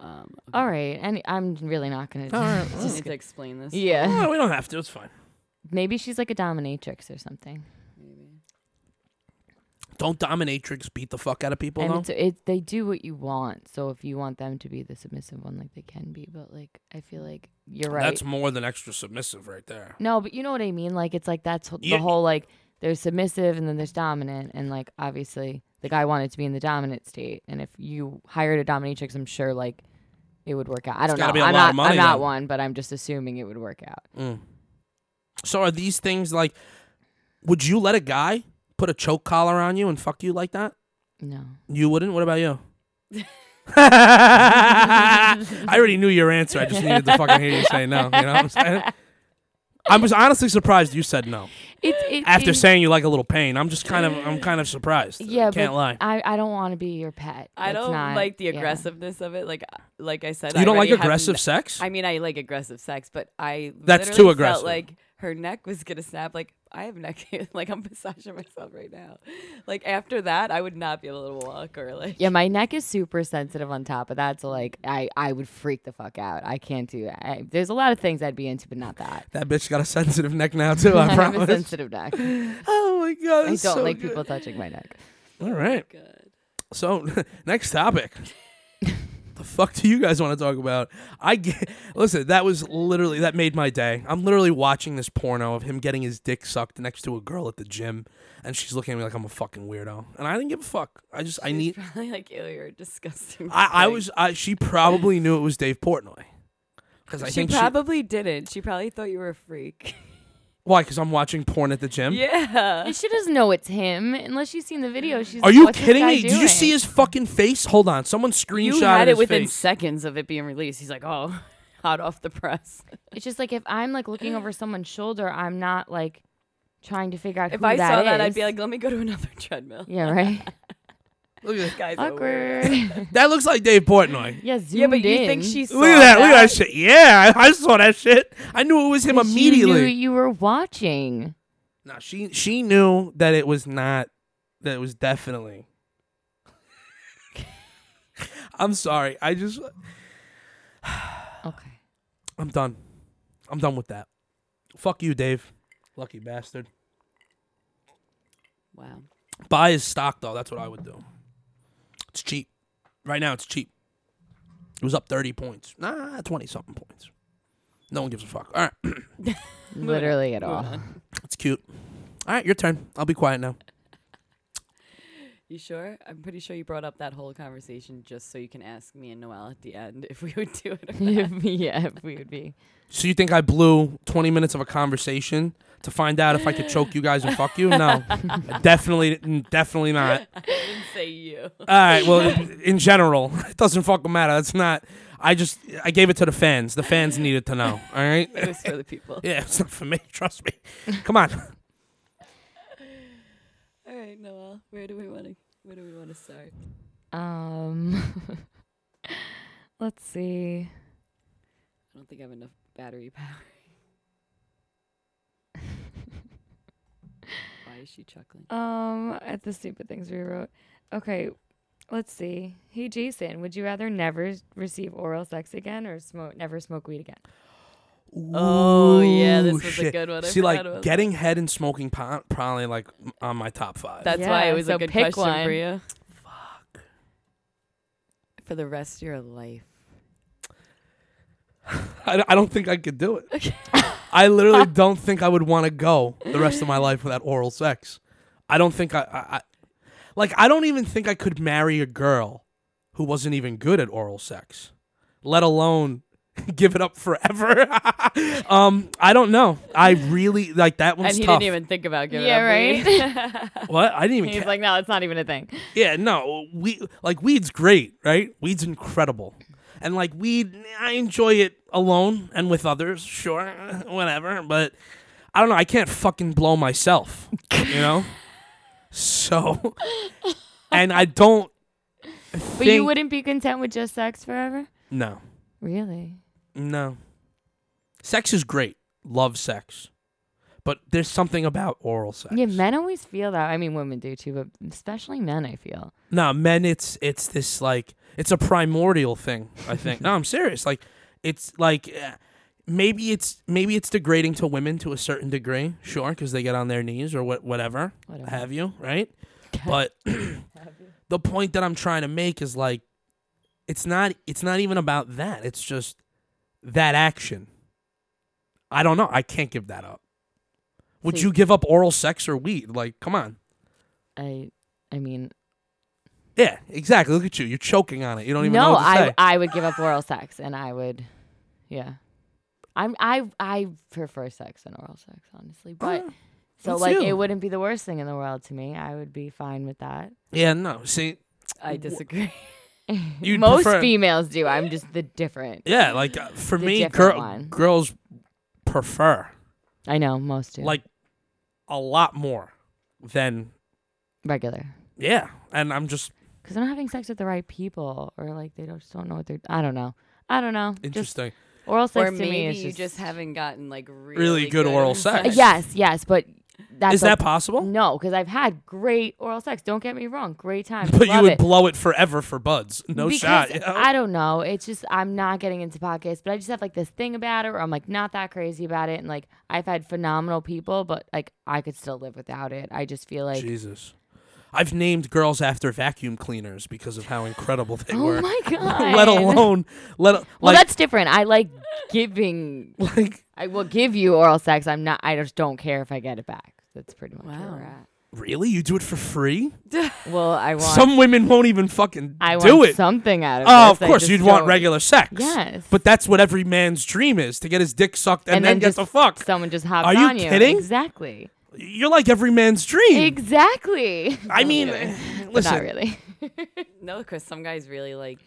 Um, okay.
All right, and I'm really not gonna.
All right,
I
well.
just need to explain this.
yeah,
No, we don't have to. It's fine.
maybe she's like a dominatrix or something.
Maybe.
Don't dominatrix beat the fuck out of people
And
though.
it's, it, they do what you want. So if you want them to be the submissive one, like they can be, but like I feel like you're right.
That's more than extra submissive right there.
no, but you know what I mean. Like it's like that's wh-
You-
the whole like there's submissive and then there's dominant, and like obviously the guy wanted to be in the dominant state, and if you hired a dominatrix, I'm sure like it would work out. I don't
gotta
know.
be a
I'm
lot
not.
of money
I'm not
then.
one, but I'm just assuming it would work out.
So are these things like would you let a guy put a choke collar on you and fuck you like that?
No.
You wouldn't? What about you? I already knew your answer. I just needed to fucking hear you say no. You know what I'm saying? I was honestly surprised you said no.
It's it,
After
it-
saying you like a little pain, I'm just kind of I'm kind of surprised.
yeah,
can't
but
lie.
I, I don't want to be your pet.
I
That's
don't
not-
like the
yeah.
aggressiveness of it. Like, like I said,
you
I
don't like
already have
aggressive
n-
sex?
I mean, I like aggressive sex, but I
That's
literally
too
felt
aggressive.
like her neck was gonna snap. Like I have neck. like I'm massaging myself right now. Like after that, I would not be able to walk or like.
Yeah, my neck is super sensitive on top of that, so like I I would freak the fuck out. I can't do. I, there's a lot of things I'd be into, but not that.
that bitch got a sensitive neck now too. I
have a
promise.
sensitive neck.
Oh my god,
I
that's
don't
so
like
good.
people touching my neck.
All right. So next topic. the fuck do you guys want to talk about? I get, listen. That was literally that made my day. I'm literally watching this porno of him getting his dick sucked next to a girl at the gym, and she's looking at me like I'm a fucking weirdo, and I didn't give a fuck. I just I need.
Probably like ew, you're disgusting.
I, I
Like,
was I, she probably knew it was Dave Portnoy because I
She
think
probably didn't. She probably thought you were a freak.
she, why because I'm watching porn at the gym.
yeah.
She doesn't know it's him unless she's seen the video. She's.
Are
like,
you
"What's this
kidding
guy
me? Did you see
doing?"
his fucking face? Hold on, someone screenshot
You had it
his
within
face.
seconds of it being released. He's like, oh, hot off the press.
It's just like if I'm like looking over someone's shoulder, I'm not like trying to figure out
If
who
I saw that, I'd
is.
be like, let me go to another treadmill.
Yeah, right.
Look at that.
Guys are weird.
Awkward.
that looks like Dave Portnoy.
yeah, zoomed
Yeah, but you
in.
think she saw
Look at that, Look at that shit. Yeah, I, I saw that shit. I knew it was him
She knew
immediately.
you were watching.
no, she she knew that it was not. That it was definitely. I'm sorry. I just
Okay.
I'm done. I'm done with that. Fuck you, Dave. Lucky bastard.
Wow.
Buy his stock though. That's what I would do. It's cheap. Right now, it's cheap. It was up 30 points. Nah, 20 something points. No one gives a fuck. All right.
Literally at
Moving
all.
on.
It's cute. All right, your turn. I'll be quiet now.
You sure? I'm pretty sure you brought up that whole conversation just so you can ask me and Noel at the end if we would do it. Or not.
yeah, we would be.
So you think I blew 20 minutes of a conversation to find out if I could choke you guys and fuck you? No, definitely, definitely not.
I didn't say you.
All right. Well, in general, it doesn't fucking matter. That's not. I just I gave it to the fans. The fans needed to know. All right.
It was for the people.
Yeah, it's not for me. Trust me. Come on.
All right, Noel. Where do we want to? Where do we want to start?
Um, let's see.
I don't think I have enough battery power. Why is she chuckling?
Um, at the stupid things we wrote. Okay, let's see. Hey, Jason, would you rather never s- receive oral sex again or smoke never smoke weed again?
Oh, yeah, this
Ooh,
was a
shit.
good one. I
See, like
forgot about
getting head and smoking pot probably like on my top five.
That's
Yeah,
why it was
so
a good
pick
question for
one.
you. Fuck. For the rest of your life.
I, I don't think I could do it. I literally don't think I would want to go the rest of my life without oral sex. I don't think I, I, I, like, I don't even think I could marry a girl who wasn't even good at oral sex, let alone give it up forever. um, I don't know. I really like that one's
and he
tough.
didn't even think about giving
Yeah,
up weed.
what? I didn't even.
He's
ca-
like, no, it's not even a thing.
yeah, no. We like weed's great, right? Weed's incredible. And like weed, I enjoy it alone and with others, sure, whatever, but I don't know, I can't fucking blow myself, you know? So and I don't
But you
think-
wouldn't be content with just sex forever?
No.
Really?
No. Sex is great. Love sex. But there's something about oral sex.
Yeah, men always feel that. I mean, women do too, but especially men, I feel.
No, men, it's it's this like it's a primordial thing. I think. no, I'm serious. Like it's like eh, maybe it's maybe it's degrading to women to a certain degree, sure, because they get on their knees or what, whatever,
Whatever.
have you, right? But the point that I'm trying to make is like it's not it's not even about that. It's just that action. I don't know. I can't give that up. Would
See-
you give up oral sex or weed? Like, come on.
I I mean,
Yeah, exactly. Look at you. You're choking on it. You don't even know
no,
what to
I
say.
I would give up oral sex, and I would, yeah. I'm I I prefer sex than oral sex, honestly. But
Yeah,
so
that's
like
you.
it wouldn't be the worst thing in the world to me. I would be fine with that.
yeah, no. See,
I disagree.
you
Most
prefer,
females do. I'm just the different.
Yeah, like uh, for
The
me,
different
girl,
one.
girls prefer
I know most do.
like a lot more than
regular.
yeah. And I'm just
because they're not having sex with the right people, or like they don't, just don't know what they're. I don't know. I don't know. Just
interesting.
oral sex
or
to
maybe
me is
you
just,
just haven't gotten like really,
good oral
Uh,
sex.
Yes, yes, but that's
Is that
a-
possible?
No, because I've had great oral sex. Don't get me wrong, great time.
But you
love
would
it.
blow it forever for buds. No
Because
shot. You know?
I don't know. It's just I'm not getting into podcasts, but I just have like this thing about it, or I'm like not that crazy about it, and like I've had phenomenal people, but like I could still live without it. I just feel like.
Jesus. I've named girls after vacuum cleaners because of how incredible they
Oh
were.
my god!
let alone let a-
Well,
like
that's different. I like giving
like
I will give you oral sex. I'm not. I just don't care if I get it back. That's pretty much where we're
Wow.
at.
really you do it for free?
Well, I want.
Some women won't even fucking
I want
do it.
something out of it.
Oh, of course you'd want regular sex.
Yes.
But that's what every man's dream is to get his dick sucked and,
And
then,
then
get
just
the fuck.
Someone just hops
Are you
on you.
kidding?
Exactly.
You're like every man's dream.
Exactly.
I mean, listen.
not really.
No, because some guys really like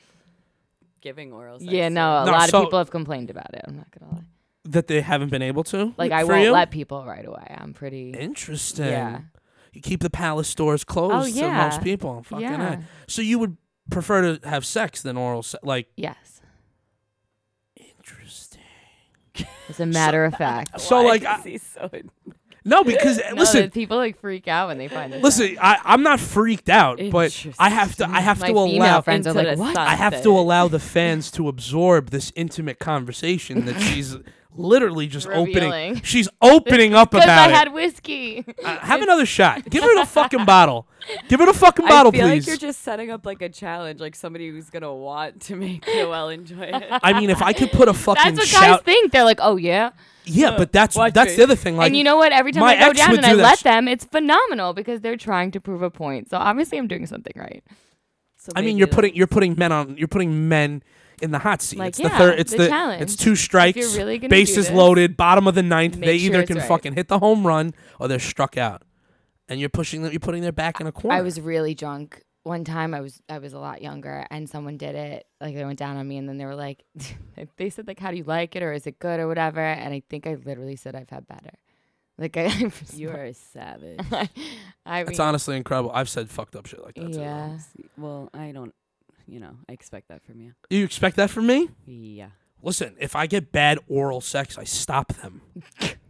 giving oral sex.
yeah, no. A
No,
lot
so-
of people have complained about it. I'm not gonna lie.
That they haven't been able to.
Like I
for
won't
you?
let people right away. I'm pretty.
Interesting.
Yeah. Oh,
You keep the palace doors closed to
yeah.
most people. Fucking
Yeah.
A. So you would prefer to have sex than oral sex? Like
Yes.
interesting.
As a matter of fact.
So like I,
he's so
no, because
No,
listen,
that people like freak out when they find this.
listen. I, I'm not freaked out, but I have to. I have
My
to
female
allow.
friends are
Into
like,
the
"What?"
sun.
I have to
Something.
allow the fans to absorb this intimate conversation that she's literally just
Revealing.
opening. She's opening up
Because
about
I
it.
had whiskey.
Uh, have another shot. Give it a fucking bottle. Give it a fucking bottle,
I feel
please.
like you're just setting up like a challenge, like somebody who's gonna want to make Noel enjoy it.
I mean, if I could put a fucking
That's what guys
shout,
think. They're like, "Oh yeah."
yeah, but that's
Watch
that's
me.
the other thing. Like,
and you know what? Every time
my
I go
ex
down
would
and I
do that
let
sh-
them, it's phenomenal because they're trying to prove a point. So obviously, I'm doing something right.
So
I mean,
maybe
you're
that-
putting you're putting men on you're putting men in the hot seat.
Like,
it's the
yeah,
third. It's
the
the,
challenge.
it's two strikes.
really gonna do
bases
this,
loaded. Bottom of the ninth.
make
they
sure
either
it's
can
right.
fucking hit the home run or they're struck out. And you're pushing them. You're putting their back in a corner.
I was really drunk one time. I was I was a lot younger, and someone did it. Like they went down on me, and then they were like, they said like, "How do you like it?" or "Is it good?" or whatever. And I think I literally said, "I've had better." Like I, I'm just-
You are a savage.
I, mean,
It's honestly incredible. I've said fucked up shit like that.
yeah.
well, I don't. You know, I expect that from you.
Too. You expect that from me?
Yeah,
Listen, if I get bad oral sex, I stop them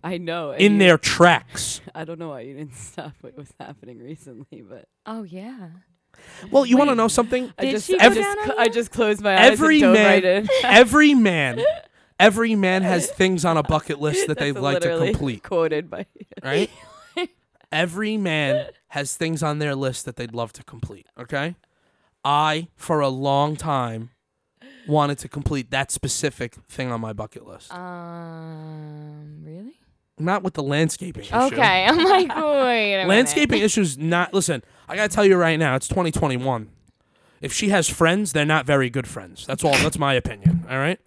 I know. and
in
you-
their tracks.
I don't know why you didn't stop what was happening recently, but
Oh yeah.
Well, you want to know something?
I
Did
just,
she
I,
go
just
down
cl-
on
I
you?
just closed my eyes.
Every
and dove
man,
right in.
every man, every man has things on a bucket list that
That's
they'd like to
literally
complete,
Quoted by
right? every man has things on their list that they'd love to complete, okay? I for a long time wanted to complete that specific thing on my bucket list.
Uh, Um. Really?
Not with the landscaping issue.
Okay. I'm like, wait. A minute.
Landscaping issues not listen, I gotta tell you right now, it's twenty twenty one. If she has friends, they're not very good friends. That's all that's my opinion. All right?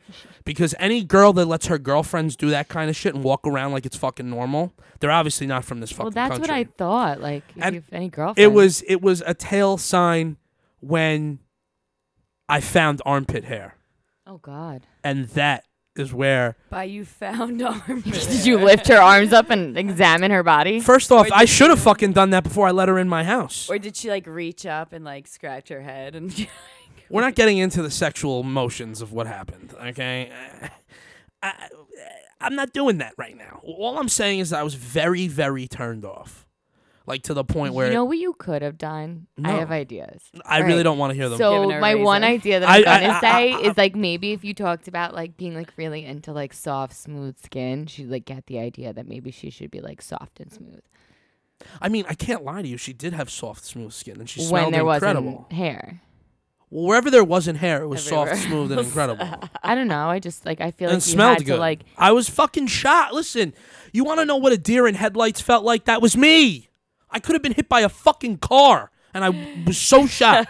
Because any girl that lets her girlfriends do that kind of shit and walk around like it's fucking normal, they're obviously not from this fucking
Well, that's
country.
what I thought. Like, if
And
you have any girlfriend,
it was it was a tail sign when I found armpit hair.
Oh God!
And that is where
by you found arm.
Did you lift her arms up and examine her body?
first off,
Or
I
did
should have
you-
fucking done that before I let her in my house.
Or did she like reach up and like scratch her head and?
We're not getting into the sexual motions of what happened, okay? I, I'm not doing that right now. All I'm saying is I was very, very turned off, like to the point where
you know what you could have done? I
No.
have ideas.
I
All
really
right.
don't want to hear them.
So
Giving her a
my one
reason.
idea that
I-
I'm
I-
gonna
I-
say
I-
is like maybe if you talked about like being like really into like soft, smooth skin, she'd like get the idea that maybe she should be like soft and smooth.
I mean, I can't lie to you. She did have soft, smooth skin, and she smelled
when there
incredible.
wasn't hair.
Well, wherever there wasn't hair, it was soft,
Everywhere
smooth, and
else.
incredible.
I don't know. I just like I feel
and
like you
smelled
had
good.
to like
I was fucking shot. Listen, you want to know what a deer in headlights felt like? That was me. I could have been hit by a fucking car, and I was so shocked.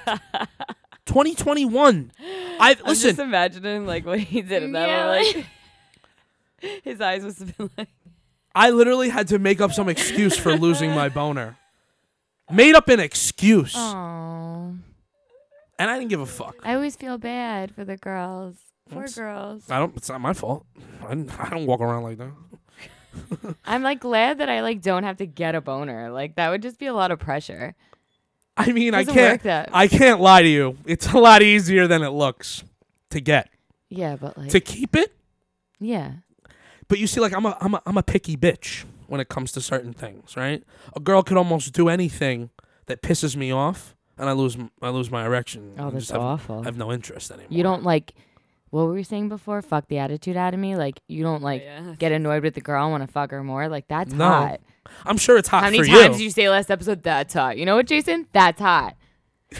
2021. I
I'm just
listen.
imagining like what he did in that. I'm
Yeah.
like, his eyes must have been like.
I literally had to make up some excuse for losing my boner. Made up an excuse,
Oh,
and I didn't give a fuck.
I always feel bad for the girls. Poor
Oops.
girls.
I don't. It's not my fault. I, didn't- I don't walk around like that.
I'm like glad that I like don't have to get a boner. Like that would just be a lot of pressure.
I mean, I
Doesn't
can't.
work that-
I can't lie to you. It's a lot easier than it looks to get
Yeah, but like
to keep it.
yeah,
But you see, like I'm a I'm a I'm a picky bitch when it comes to certain things, right? A girl could almost do anything that pisses me off, and I lose m- I lose my erection.
Oh,
I
that's
just have,
awful.
I have no interest anymore.
you don't like what were we saying before? Fuck the attitude out of me. Like you don't like
Yeah.
get annoyed with the girl and want to fuck her more. Like that's
No.
hot.
I'm sure it's hot
How many
for
times did
you.
you say last episode? That's hot. You know what, Jason? That's hot.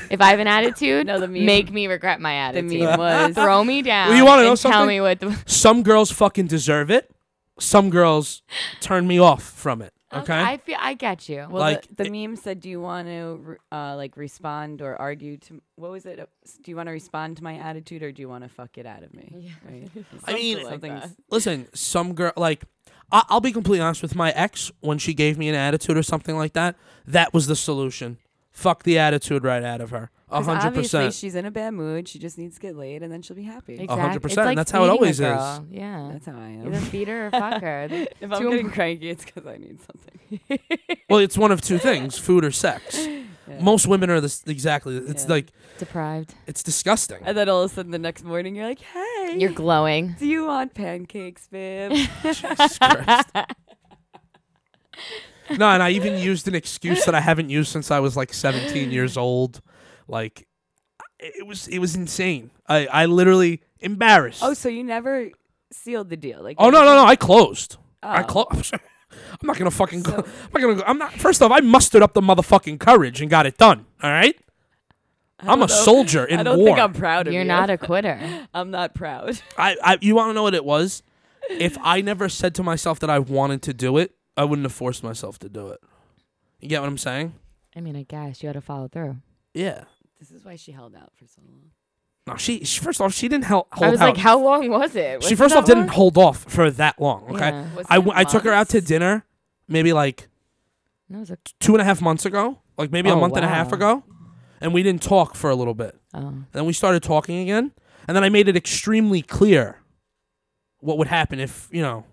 If I have an attitude,
No, the meme-
make me regret my
The
attitude.
meme was.
Throw me down.
Well, you wanna know
and Tell
something?
me what. The,
Some girls fucking deserve it. Some girls turn me off from it. Okay.
I feel. I get you.
Well,
Like,
the, the meme said, "Do you want to re- uh, like respond or argue to what was it? Uh, s- Do you want to respond to my attitude or do you want to fuck it out of me?" Yeah. Right?
I mean,
Something like that.
listen, some girl like I- I'll be completely honest with my ex when she gave me an attitude or something like that. That was the solution. Fuck the attitude right out of her. A
'Cause
hundred
Obviously,
percent.
she's in a bad mood. She just needs to get laid, and then she'll be happy.
A hundred
Exact- it's
percent.
like
That's how it
feeding a
always is.
girl. Yeah.
That's how I
Either
am.
feed her or fuck her. The
if I'm
two
getting
impor-
cranky, it's because I need something.
Well, it's one of two things: food or sex.
Yeah.
Most women are this exactly. It's
Yeah.
like
deprived.
it's disgusting.
and then all of a sudden, the next morning, you're like, "Hey,
You're glowing.
do you want pancakes, babe?"
Jesus Christ. no, and I even used an excuse that I haven't used since I was like 17 years old. Like it was it was insane. I I literally embarrassed.
oh, so you never sealed the deal? Like,
Oh
you
no no
didn't-
no! I closed. I
Oh.
closed. I'm not gonna fucking. Go-
So-
I'm not gonna. Go- I'm not. First off, I mustered up the motherfucking courage and got it done. All right.
I
I'm a
don't know.
soldier in
I don't
war.
think I'm proud of
You're
you.
not a quitter.
I'm not proud.
I, I you want to know what it was? If I never said to myself that I wanted to do it, I wouldn't have forced myself to do it. You get what I'm saying?
I mean, I guess you had to follow through.
Yeah.
This is why she held out for so long.
No, she, she first off, she didn't help hold
I was
out.
like, how long was it?
she first off didn't hold off for that long. Okay.
Yeah.
Was
I,
it
w- I took her out to
months?
dinner, maybe like
No, it was a,
two and a half months ago, like maybe a
Oh,
month and a half
wow.
ago, and we didn't talk for a little bit.
oh.
Then we started talking again, and then I made it extremely clear what would happen if you know.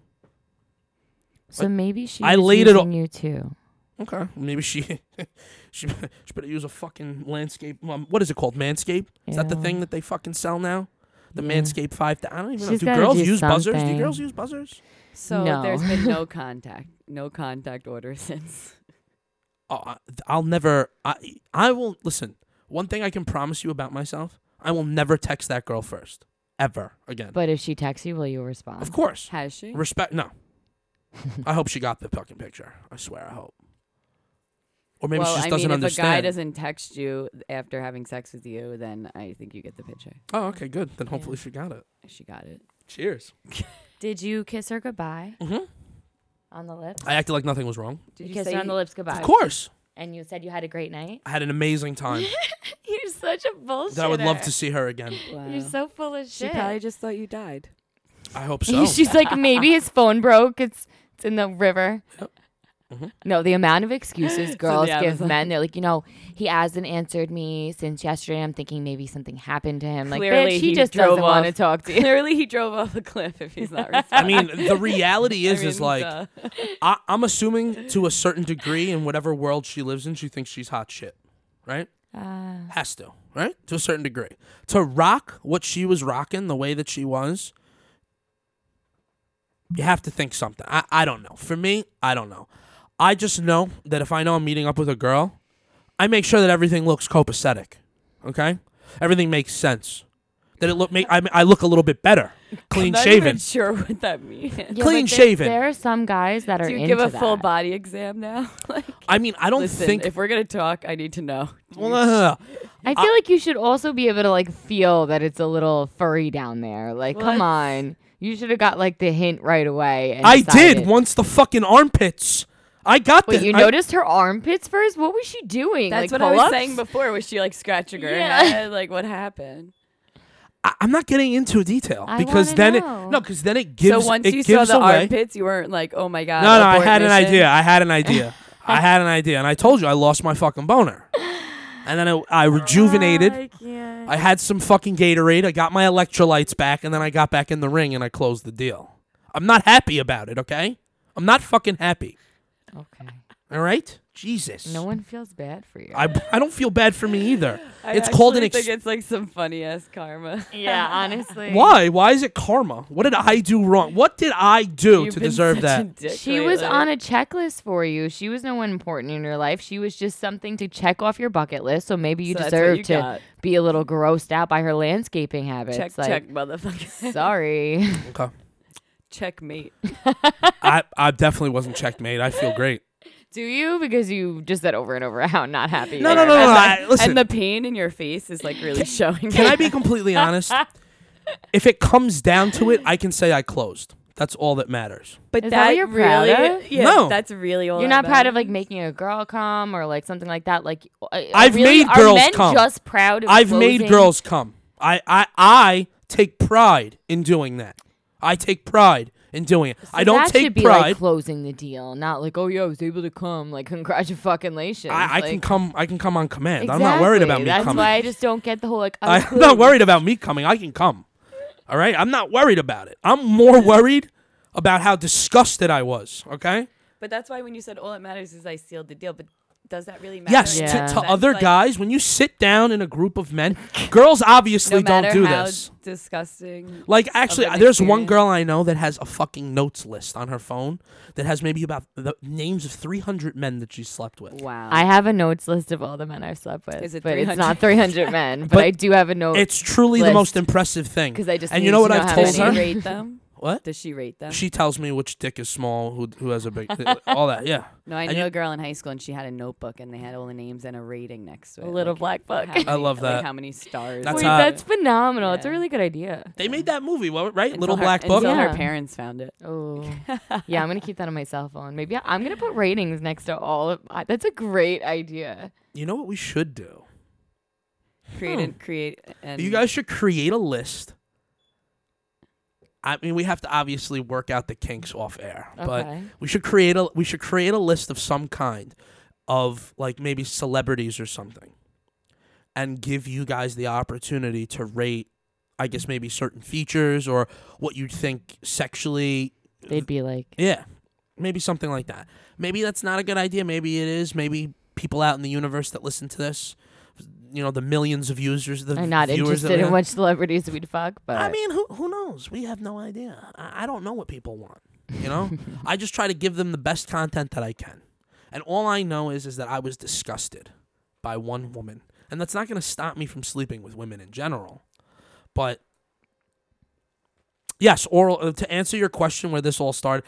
So maybe she.
I
was
laid it o-
using you too.
Okay, maybe she she she better use a fucking landscape. Um, what is it called? Manscape? Is that the
Yeah.
thing that they fucking sell now? The
Yeah.
Manscaped five. Th- I don't even
She's
know. Do
gotta
girls
do
use buzzers? Do
something.
girls use buzzers?
So there's
No.
been no contact, no contact order since.
Oh, I, I'll never. I I will listen. One thing I can promise you about myself: I will never text that girl first, ever again.
But if she texts you, will you respond?
of course,
Has she?
respect. No, I hope she got the fucking picture. I swear, I hope. Or maybe
well,
she just
I
doesn't
mean,
understand.
if a guy doesn't text you after having sex with you, then I think you get the picture.
oh, okay, good. Then hopefully she got it.
She got it.
Cheers.
Did you kiss her goodbye
hmm
on the lips?
I acted like nothing was wrong.
Did
you kissed her on the lips goodbye.
Of course.
And you said you had a great night.
I had an amazing time
You're such a bullshit.
that I would love to see her again.
Wow.
You're so full of
she
shit.
probably just thought you died.
I hope so.
She's like, maybe his phone broke. It's it's in the river.
Mm-hmm.
Mhm.
No, the amount of excuses girls
the
give
Amazon.
men, they're like, you know, he hasn't answered me since yesterday. I'm thinking maybe something happened to him. Like,
Clearly
bitch, he,
he
just
drove
doesn't want to
off.
talk to you.
Clearly, he drove off a cliff if he's not
I
responding.
mean, the reality
I
is, is
mean,
like,
duh.
I, I'm assuming to a certain degree in whatever world she lives in, she thinks she's hot shit, right?
Ah.
Uh,
Has to, right? To a certain degree. To rock what she was rocking the way that she was, you have to think something. I, I don't know. For me, I don't know. I just know that if I know I'm meeting up with a girl, I make sure that everything looks copacetic, okay? Everything makes sense. That it look make I, I look a little bit better. clean
not
shaven.
Even sure what that means. Do
Yeah,
Clean
but there-
shaven.
There are some guys that are
you
into
give a full
that.
body exam now? like,
I mean, I don't
listen,
think.
if we're gonna talk, I need to know.
well, no, no, no.
I feel like you should also be able to like feel that it's a little furry down there. Like,
Well,
come
it's-
on, you should have got like the hint right away. And
I did
decided.
once the fucking armpits. I got
Wait,
that.
you
I-
noticed her armpits first? What was she doing?
That's
like,
what I was
pull-ups?
saying before. Was she like scratching her
Yeah.
head? Like what happened?
I, I'm not getting into detail
I
because
wanna
then
know.
it no, because then it gives
so once
it
you saw
gives
the
away.
armpits, you weren't like, oh my god.
No, no, I
abort
had an
mission.
idea. I had an idea. I had an idea, and I told you I lost my fucking boner. And then I, I
Oh
rejuvenated. I had some fucking Gatorade. I got my electrolytes back, and then I got back in the ring and I closed the deal. I'm not happy about it. Okay, I'm not fucking happy.
Okay.
All right, Jesus.
No one feels bad for you.
I, I don't feel bad for me either.
I
it's called an
actually
ex-
think it's like some funny ass karma.
yeah, honestly.
why? Why is it karma? What did I do wrong? What did I do
You've
to
been
deserve
such
that?
a dick
She was
lately.
on a checklist for you. She was no one important in your life. She was just something to check off your bucket list. So maybe you
So that's what
deserve
you
to
got.
be a little grossed out by her landscaping habits.
check
like,
check motherfucker
Sorry.
Okay,
checkmate.
I I definitely wasn't checkmate. I feel great.
Do you? Because you just said over and over how not happy.
No,
you
no,
are.
no, no.
and,
no.
the,
I, listen,
and the pain in your face is like really showing.
Can I be completely honest? if it comes down to it, I can say I closed. That's all that matters.
But
Is that what you're proud
really,
of?
yeah,
No.
that's really all.
You're not
that
proud of
matters.
like making a girl come or like something like that. Like I- I
I've
really,
made
are
girls
men
come.
Just proud. Of
I've made
closing-
girls come. I, I I take pride in doing that. I take pride in doing it. I don't
that should
take
be
pride.
like closing the deal, not like oh yeah, I was able to come. Like congratulations.
I, I can
like-
come. I can come on command. I'm not worried about me
Exactly. That's
coming.
why I just don't get the whole like. "Oh,
I, am not worried about me coming. I can come. All right. I'm not worried about it. I'm more worried about how disgusted I was. Okay.
But that's why when you said all that matters is I sealed the deal. But does that really matter?
Yes.
in
Yeah.
that
To, to
sense?
other
Like,
guys, when you sit down in a group of men, girls obviously
no matter
don't do
how
this.
disgusting.
Like actually,
that
there's one
experience.
girl I know that has a fucking notes list on her phone that has maybe about the names of 300 men that she slept with.
Wow.
I have a notes list of all the men I've slept with.
Is it
but it's
300?
not 300 men, but,
But
I do have a note.
It's truly the
List.
most impressive thing.
'Cause I just
and
need
you know
to
what
know
I've
how
told
Does
many.
she
her?
rate them?
What?
Does she rate them?
She tells me which dick is small, who who has a big, all that. Yeah.
no, I
and
knew
you-
a girl in high school and she had a notebook and they had all the names and a rating next to it.
A little black
like,
book.
how many-
love that.
Like, how many stars?
That's
Wait,
hot.
that's phenomenal. It's a
Yeah.
really good idea.
They made that movie, wa- right?
Until
Little
her-
Black Book.
Until
Yeah.
her parents found it.
Oh, yeah. I'm gonna keep that on my cell phone. Maybe I, I'm gonna put ratings next to all of. I, that's a great idea.
You know what we should do?
Create and create. And
Hmm. You guys should create a list. I mean, we have to obviously work out the kinks off air, but
Okay.
we should create a we should create a list of some kind of like maybe celebrities or something, and give you guys the opportunity to rate. I guess maybe certain features or what you'd think sexually
They'd be like,
Yeah. Maybe something like that. Maybe that's not a good idea. Maybe it is. Maybe people out in the universe that listen to this, you know, the millions of users, the
I'm not
viewers that
interested
we
in
have-
what celebrities we'd fuck. But
I mean, who who knows? We have no idea. I, I don't know what people want. You know, I just try to give them the best content that I can, and all I know is is that I was disgusted by one woman, and that's not going to stop me from sleeping with women in general. But yes, oral. uh, To answer your question, where this all started,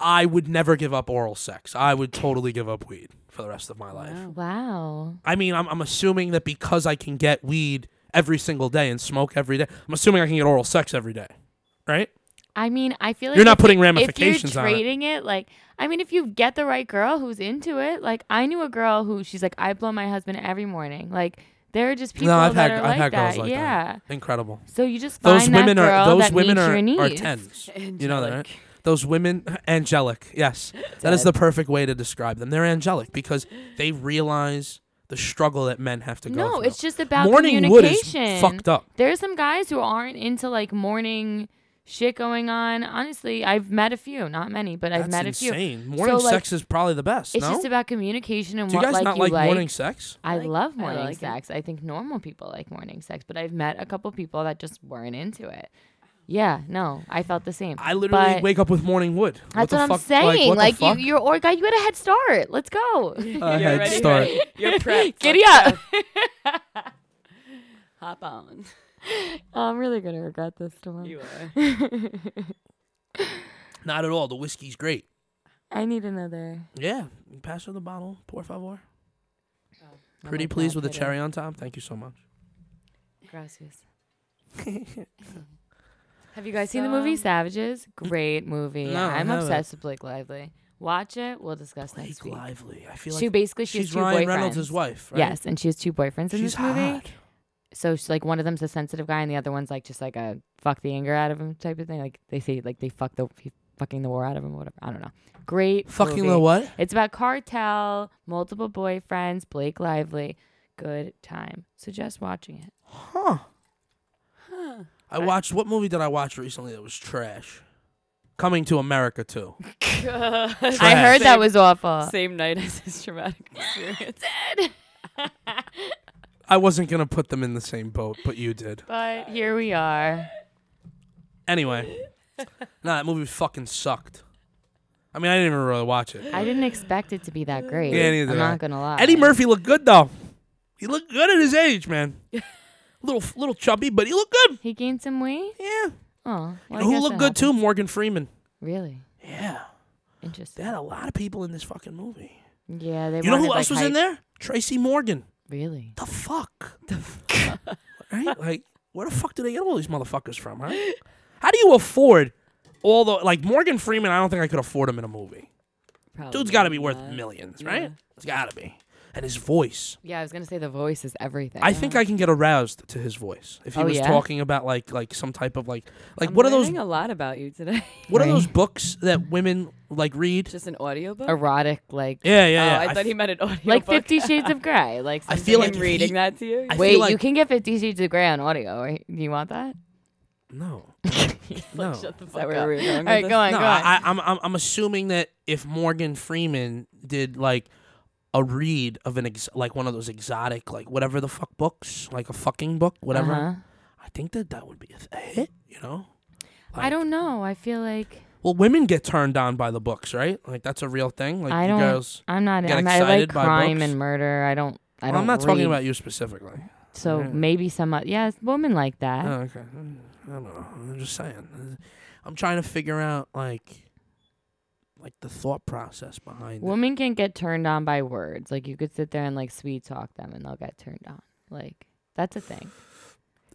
I would never give up oral sex. I would totally give up weed for the rest of my life.
wow.
I mean, I'm, I'm assuming that because I can get weed every single day and smoke every day, I'm assuming I can get oral sex every day, right?
I mean, I feel like
You're not
if-
putting
if
ramifications
you're
on it.
trading it. like i mean if you get the right girl who's into it like i knew a girl who she's like i blow my husband every morning like there are just people
No, I've
that
had
are
I've
like
had
that
girls like
yeah
that. Incredible.
so you just find
Those women
that girl
are those
that
women
meets
are,
your
are
needs.
tens. You know that, right? Those women angelic. Yes. That is
Dead.
the perfect way to describe them. They're angelic because they realize the struggle that men have to go
no
through.
it's just about
Morning wood is
communication
fucked up.
there's some guys who aren't into like morning shit going on honestly i've met a few not many but i've
That's
met a few
insane. Morning
like,
sex is probably the best.
it's
no?
just about communication and
Do you
what
guys
like
not
you
like,
like
morning sex?
I
like-
love
I
morning
like it.
sex. I think normal people like morning sex, but I've met a couple people that just weren't into it. Yeah, no, I felt the same.
I literally
But
wake up with morning wood. what
That's what,
the
I'm
fuck,
saying.
what the
Like,
fuck?
you, you're or guy, you had a head start. Let's go.
A
You're
head
ready,
start.
You're prepped.
Giddy up.
Hop on.
Oh, I'm really gonna regret this tomorrow.
You are.
Not at all. The whiskey's great.
I need another.
Yeah. Pass her the bottle, por favor.
Oh
Pretty pleased with the cherry on top. Thank you so much.
Gracias. Have you guys seen the movie Savages? Great movie.
No, I
I'm
haven't.
obsessed with Blake Lively. Watch it. We'll discuss next
Blake
week.
Lively. I feel
she
like
basically she has
she's
two
Ryan
boyfriends.
Reynolds' wife. Right?
Yes, and she has two boyfriends in
She's
this movie.
hot.
So she's like one of them's a sensitive guy, and the other one's like just like a fuck the anger out of him type of thing. Like they say, like they fuck the he fucking the war out of him, whatever. I don't know. Great.
Fucking
movie.
the what?
It's about cartel, multiple boyfriends, Blake Lively. Good time. Suggest watching it.
Huh. I watched what movie did I watch recently that was trash? Coming to America too. Trash.
I heard that
Same-
was
Uh,
awful.
Same night as his traumatic experience.
I wasn't gonna put them in the same boat, but you did.
But here we are.
Anyway, nah, that movie fucking sucked. I mean, I didn't even really watch it.
I didn't expect it to be that great.
Yeah, neither
I'm
did I.
not gonna lie.
Eddie Murphy looked good though. He looked good at his age, man. little little chubby, but he looked good.
He gained some weight.
Yeah.
Oh, well, I
Who
guess
looked
that
good too?
happens.
Morgan Freeman.
Really
Yeah. They
interesting.
had a lot of people in this fucking movie.
Yeah, they.
You know
wanted,
who
like,
else was in
height-
there? Tracy Morgan.
Really.
The fuck? The fuck? right? Like, where the fuck do they get all these motherfuckers from, huh? How do you afford all the like Morgan Freeman? I don't think I could afford him in a movie.
Oh,
Dude's got to be worth millions, right? It's got to be. And his voice.
Yeah, I was gonna say the voice is everything.
I think I can get aroused to his voice if he
Oh,
was
yeah?
talking about like like some type of like like
I'm
what are those
learning a lot about you today.
what are those
Right.
books that women like read?
Just an audiobook?
erotic, like
yeah, yeah, yeah.
Oh, I, thought
f-
he meant an audio.
like Fifty Shades of Grey. Like
I
something-
feel like
Him
if
reading
he-
that to you.
I
Wait,
feel like
you can get Fifty Shades of Grey on audio. Right? Do you want that?
no, no.
Is that where we were
All
going
right,
with
go on,
no,
go on.
I, I, I'm, I'm I'm assuming that if Morgan Freeman did like a read of an ex- like one of those exotic like whatever the fuck books, like a fucking book, whatever.
Uh-huh.
I think that that would be a, th- a hit, you know.
I don't know. I feel like
Well, women get turned on by the books, right? Like that's a real thing. Like
I
you
don't.
girls.
I'm not.
get
I'm, I like
excited by
crime
books?
and murder. I don't. I
Well,
don't.
I'm not talking
read,
about you specifically.
So
Yeah.
maybe some. o- Yeah, it's women like that.
Oh, okay. Mm, I don't know. I'm just saying. I'm trying to figure out like, like the thought process behind it.
Women can get turned on by words. Like you could sit there and like sweet talk them, and they'll get turned on. Like that's a thing.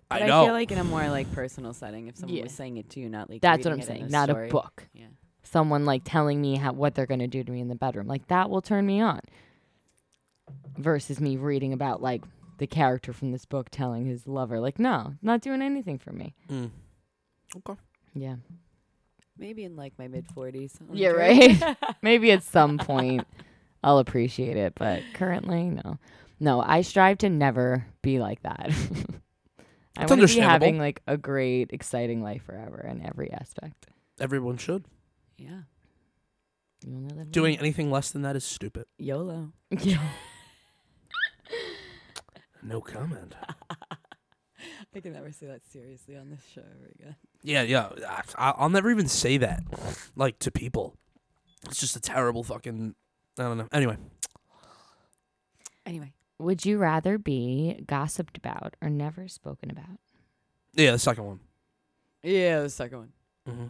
But
I
I,
know.
feel like in a more like personal setting, if someone
Yeah.
was saying it to you, not like
That's what I'm
reading it in
saying. Not
story.
a book.
Yeah.
someone like telling me how what they're gonna do to me in the bedroom. Like that will turn me on. Versus me reading about like the character from this book telling his lover, like, no, not doing anything for me.
Mm. Okay.
Yeah.
Maybe in like my mid 40s.
Yeah, right. Maybe at some point I'll appreciate it, but currently, no. No, I strive to never be like that. I
It's
want to be
understandable.
having like a great, exciting life forever in every aspect.
Everyone should.
Yeah.
You only live
Doing anything less than that is stupid.
YOLO.
once. Yeah.
No comment.
I can never say that seriously on this show ever again.
yeah, yeah. I, I'll never even say that, like to people. It's just a terrible fucking. I don't know. Anyway,
Anyway.
Would you rather be gossiped about or never spoken about?
yeah, the second one.
Yeah, the second one.
Mm-hmm.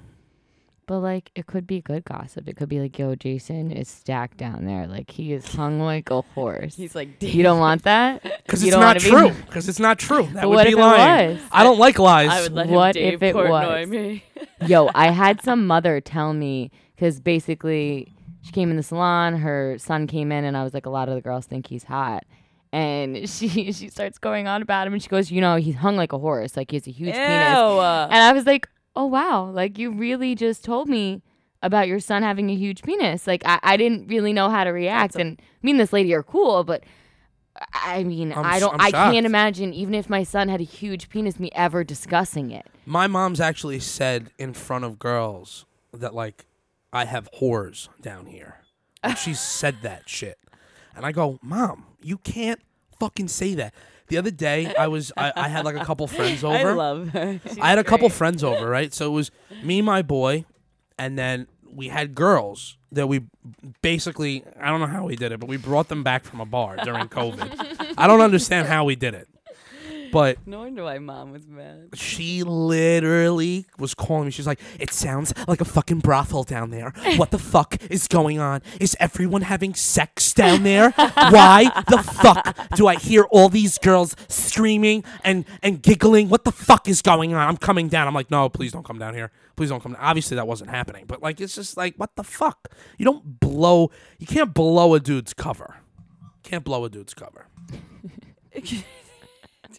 But like, it could be good gossip. It could be like, "Yo, Jason is stacked down there. Like he is hung like a horse."
He's like,
you don't want that
Because
You
it's
don't
not
wanna be-
true. Because it's not true. That
But
would
what
be
if it
lying.
was?
I don't like lies.
I would let
What
him Dave
if it
Portnoy
was?
me.
Yo, I had some mother tell me because basically she came in the salon. Her son came in, and I was like, "A lot of the girls think he's hot." And she she starts going on about him, and she goes, "You know, he's hung like a horse. Like he has a huge penis."
Ew.
And I was like, oh, wow. Like, you really just told me about your son having a huge penis. Like, I, I didn't really know how to react. and I mean, this lady are cool, but I I mean,
I'm
I'm, I
sh-
do
I'm
not i
shocked.
can't imagine, even if my son had a huge penis, me ever discussing it.
My mom's actually said in front of girls that like I have whores down here. Like she said that shit. And I go, Mom, you can't fucking say that. The other day I was I, I had like a couple friends over.
I love her.
I had a couple friends over, right? So it was me, my boy, and then we had girls that we basically I don't know how we did it, but we brought them back from a bar during COVID. I don't understand how we did it. But
No wonder why mom was mad.
she literally was calling me. She's like, "It sounds like a fucking brothel down there. What the fuck is going on? Is everyone having sex down there? Why the fuck do I hear all these girls screaming and and giggling? What the fuck is going on? I'm coming down. I'm like, no, please don't come down here. Please don't come. Down. Obviously, that wasn't happening. But like, it's just like, what the fuck? You don't blow. You can't blow a dude's cover. Can't blow a dude's cover.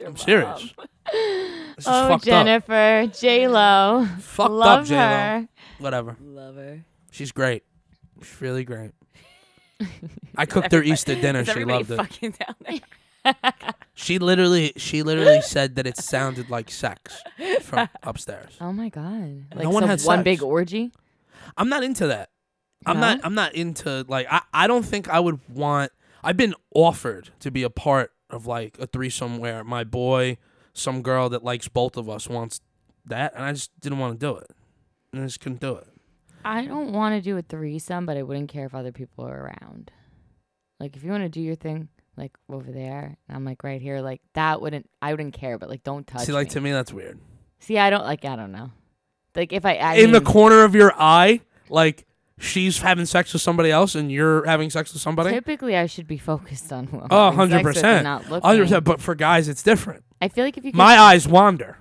I'm serious. This is
Oh,
fucked up.
Jennifer J Lo,
Fucked up,
love
J-Lo.
her.
Whatever.
Lover.
She's great. She's really great. I cooked her Easter dinner. She loved it.
fucking down there?
She literally, she literally said that it sounded like sex from upstairs.
Oh my god! Like
one
some
had
one
sex.
big orgy.
I'm not into that. I'm
No?
not. I'm not into like. I. I don't think I would want. I've been offered to be a part of like a threesome where my boy, some girl that likes both of us wants that, and I just didn't want to do it. And I just couldn't do it.
I don't want to do a threesome, but I wouldn't care if other people are around. Like if you want to do your thing, like over there, and I'm like right here, like that wouldn't. I wouldn't care, but like don't touch
See, like
me.
to me, that's weird.
See, I don't like. I don't know. Like if I, I
in the
mean,
corner of your eye, like she's having sex with somebody else and you're having sex with somebody.
typically I should be focused on who. I'm
Oh,
having sex
100
with and
percent,
Not looking.
hundred percent. But for guys, it's different.
I feel like if you could,
My eyes wander.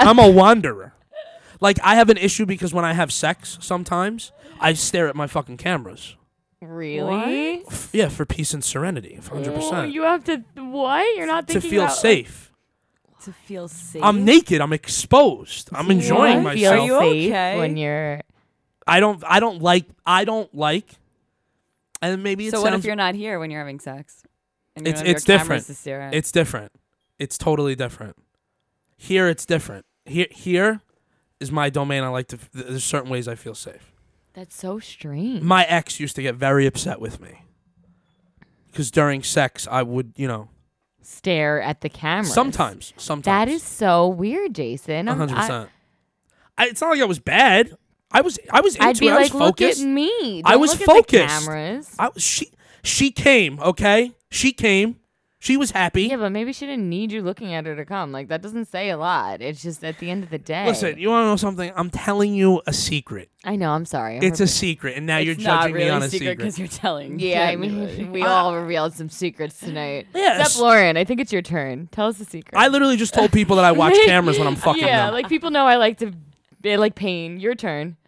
I'm a wanderer. Like I have an issue because when I have sex, sometimes I stare at my fucking cameras.
really,
F- Yeah, for peace and serenity, hundred
Oh,
percent.
you have to what? You're not
To
thinking
feel
about,
safe,
To feel safe.
I'm naked. I'm exposed. I'm enjoying
What?
myself.
Feel
Are you
safe
okay?
when you're
I don't. I don't like. I don't like. And maybe it
so
sounds
what if you're not here when you're having sex? And you
It's-
don't have
it's
your cameras
different.
To stare at?
It's different. It's totally different. Here, it's different. Here, here is my domain. I like to. th- There's certain ways I feel safe.
That's so strange.
My ex used to get very upset with me because during sex, I would, you know,
Stare at the camera.
sometimes, sometimes
That is so weird, Jason. I'm-
100.
I,
percent It's not like I was bad. I was, I was into
I'd be
it. I was
like, look at
focused.
me.
I
Don't
was
look at
focused.
the cameras.
I was. She, she came. Okay, she came. She was happy.
Yeah, but maybe she didn't need you looking at her to come. Like that doesn't say a lot. It's just at the end of the day.
Listen, you want to know something? I'm telling you a secret.
I know. I'm sorry. I'm
It's a
repeat-
secret, and now
It's
you're
not
judging
really
me on a
secret because you're telling.
yeah. I
anybody.
mean, we all revealed some secrets tonight.
Yeah,
Except
it's-
Lauren. I think it's your turn. Tell us the secret.
I literally just told people that I watch cameras when I'm fucking
yeah,
them.
like people know I like to. I like pain. Your turn.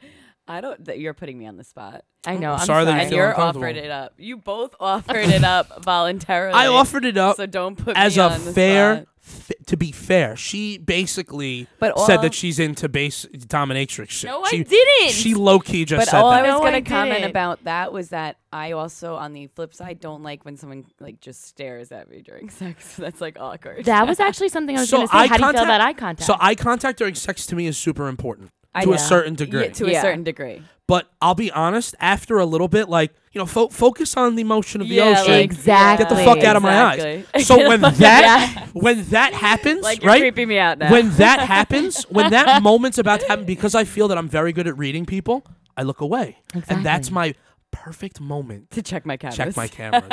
I don't. That you're putting me on the spot.
I know.
I'm
I'm
sorry
sorry.
that I
And
feel
you're
uncomfortable.
offered it up. You both offered it up voluntarily.
I offered it up
So don't put
as
me
a
on the
fair.
spot.
F- to be fair, she basically
But
said
all-
that she's into base dominatrix shit.
No, I
She-
didn't.
She low key just
But
said
all I
that.
was
No,
gonna
I
comment
didn't.
about that was that I also, on the flip side, don't like when someone like just stares at me during sex. That's like awkward.
That was actually something I was going to say.
eye
How do you feel about eye
contact-
contact?
So eye contact during sex to me is super important
I-
to a
Yeah.
certain
Yeah,
degree.
to a
Yeah.
certain degree.
but I'll be honest, after a little bit, like you know, fo- focus on the motion of the
Yeah,
ocean.
like,
Exactly.
Get the fuck out of my
Exactly.
eyes. So
Get the
when
fuck out of
that when that happens,
Like you're
right?
creeping me out now.
when that happens, when that moment's about to happen, because I feel that I'm very good at reading people, I look away, and that's
Exactly.
my perfect moment to
to check my cameras.
check my cameras.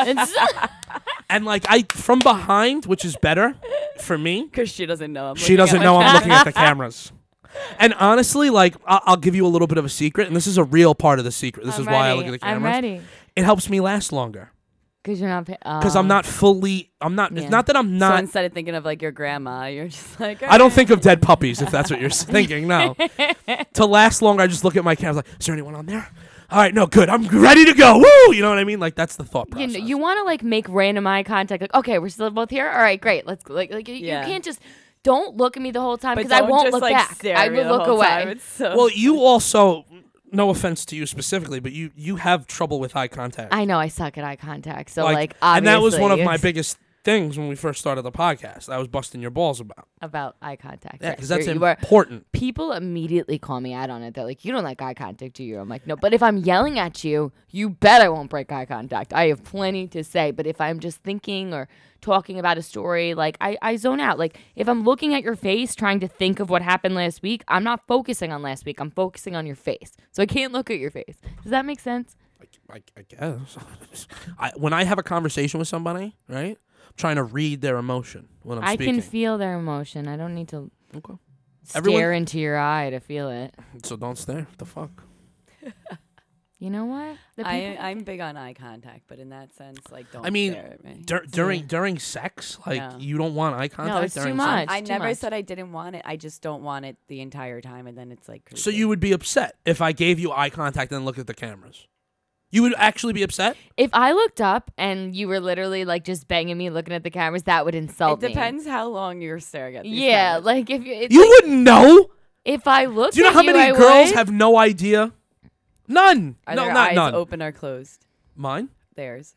and like I from behind, which is better for me.
Because she doesn't know. I'm
She
looking at
doesn't
my
know I'm
camera.
looking at the cameras. And honestly, like I'll, I'll give you a little bit of a secret, and this is a real part of the secret. This
I'm
is why I
ready.
look at the
I'm
cameras.
ready.
It helps me last longer
Because you're not. Because
because I'm not fully. I'm not.
Um, Yeah.
It's not that I'm
So
not.
instead of thinking of like your grandma, you're just like
I don't think of dead puppies if that's what you're s- thinking. No. to last longer, I just look at my camera like, is there anyone on there? All right, no, good. I'm ready to go. Woo! You know what I mean? Like that's the thought
You,
process.
know, you want to like make random eye contact. Like, okay, we're still both here. All right, great. Let's go. like like you, you
Yeah.
can't just don't look at me the whole time
But
because I
don't
won't
just,
look
like,
back.
stare
I
at me
will
the
look
whole
away.
time. It's so-
well, you also. No offense to you specifically, but you you have trouble with eye contact.
I know I suck at eye contact. So like,
and that was one of
obviously
my
it's
biggest things when we first started the podcast. I was busting your balls about.
about eye contact.
Yeah,
Yes,
because that's
you're- you are-
important.
people immediately call me out on it. They're like, "You don't like eye contact, do you?" I'm like, "No." But if I'm yelling at you, you bet I won't break eye contact. I have plenty to say. But if I'm just thinking or talking about a story, like I, I zone out. Like if I'm looking at your face, trying to think of what happened last week, I'm not focusing on last week. I'm focusing on your face, so I can't look at your face. Does that make sense?
I, I guess. I, when I have a conversation with somebody, right? trying to read their emotion when I'm
I
speaking.
can feel their emotion. I don't need to
okay.
stare
Everyone-
into your eye to feel it.
So don't stare. What the fuck?
You know what? The
I,
people-
I'm big on eye contact, but in that sense, like, don't
I mean,
stare at me.
Dur- during during sex, like
No.
you don't want eye contact.
it's too
during
much.
sex?
I
too
never
much.
said I didn't want it. I just don't want it the entire time, and then it's like. Creepy.
So you would be upset if I gave you eye contact and looked at the cameras. You would actually be upset.
if I looked up and you were literally like just banging me, looking at the cameras, that would
It
insult me.
depends how long you're staring at. These
Yeah,
cameras.
like if you, it's
You
like,
wouldn't know.
if I looked,
Do you know
at
how many
I
girls
would.
have no idea? None.
Are
no,
their
not
eyes
none.
open or closed?
Mine
Theirs.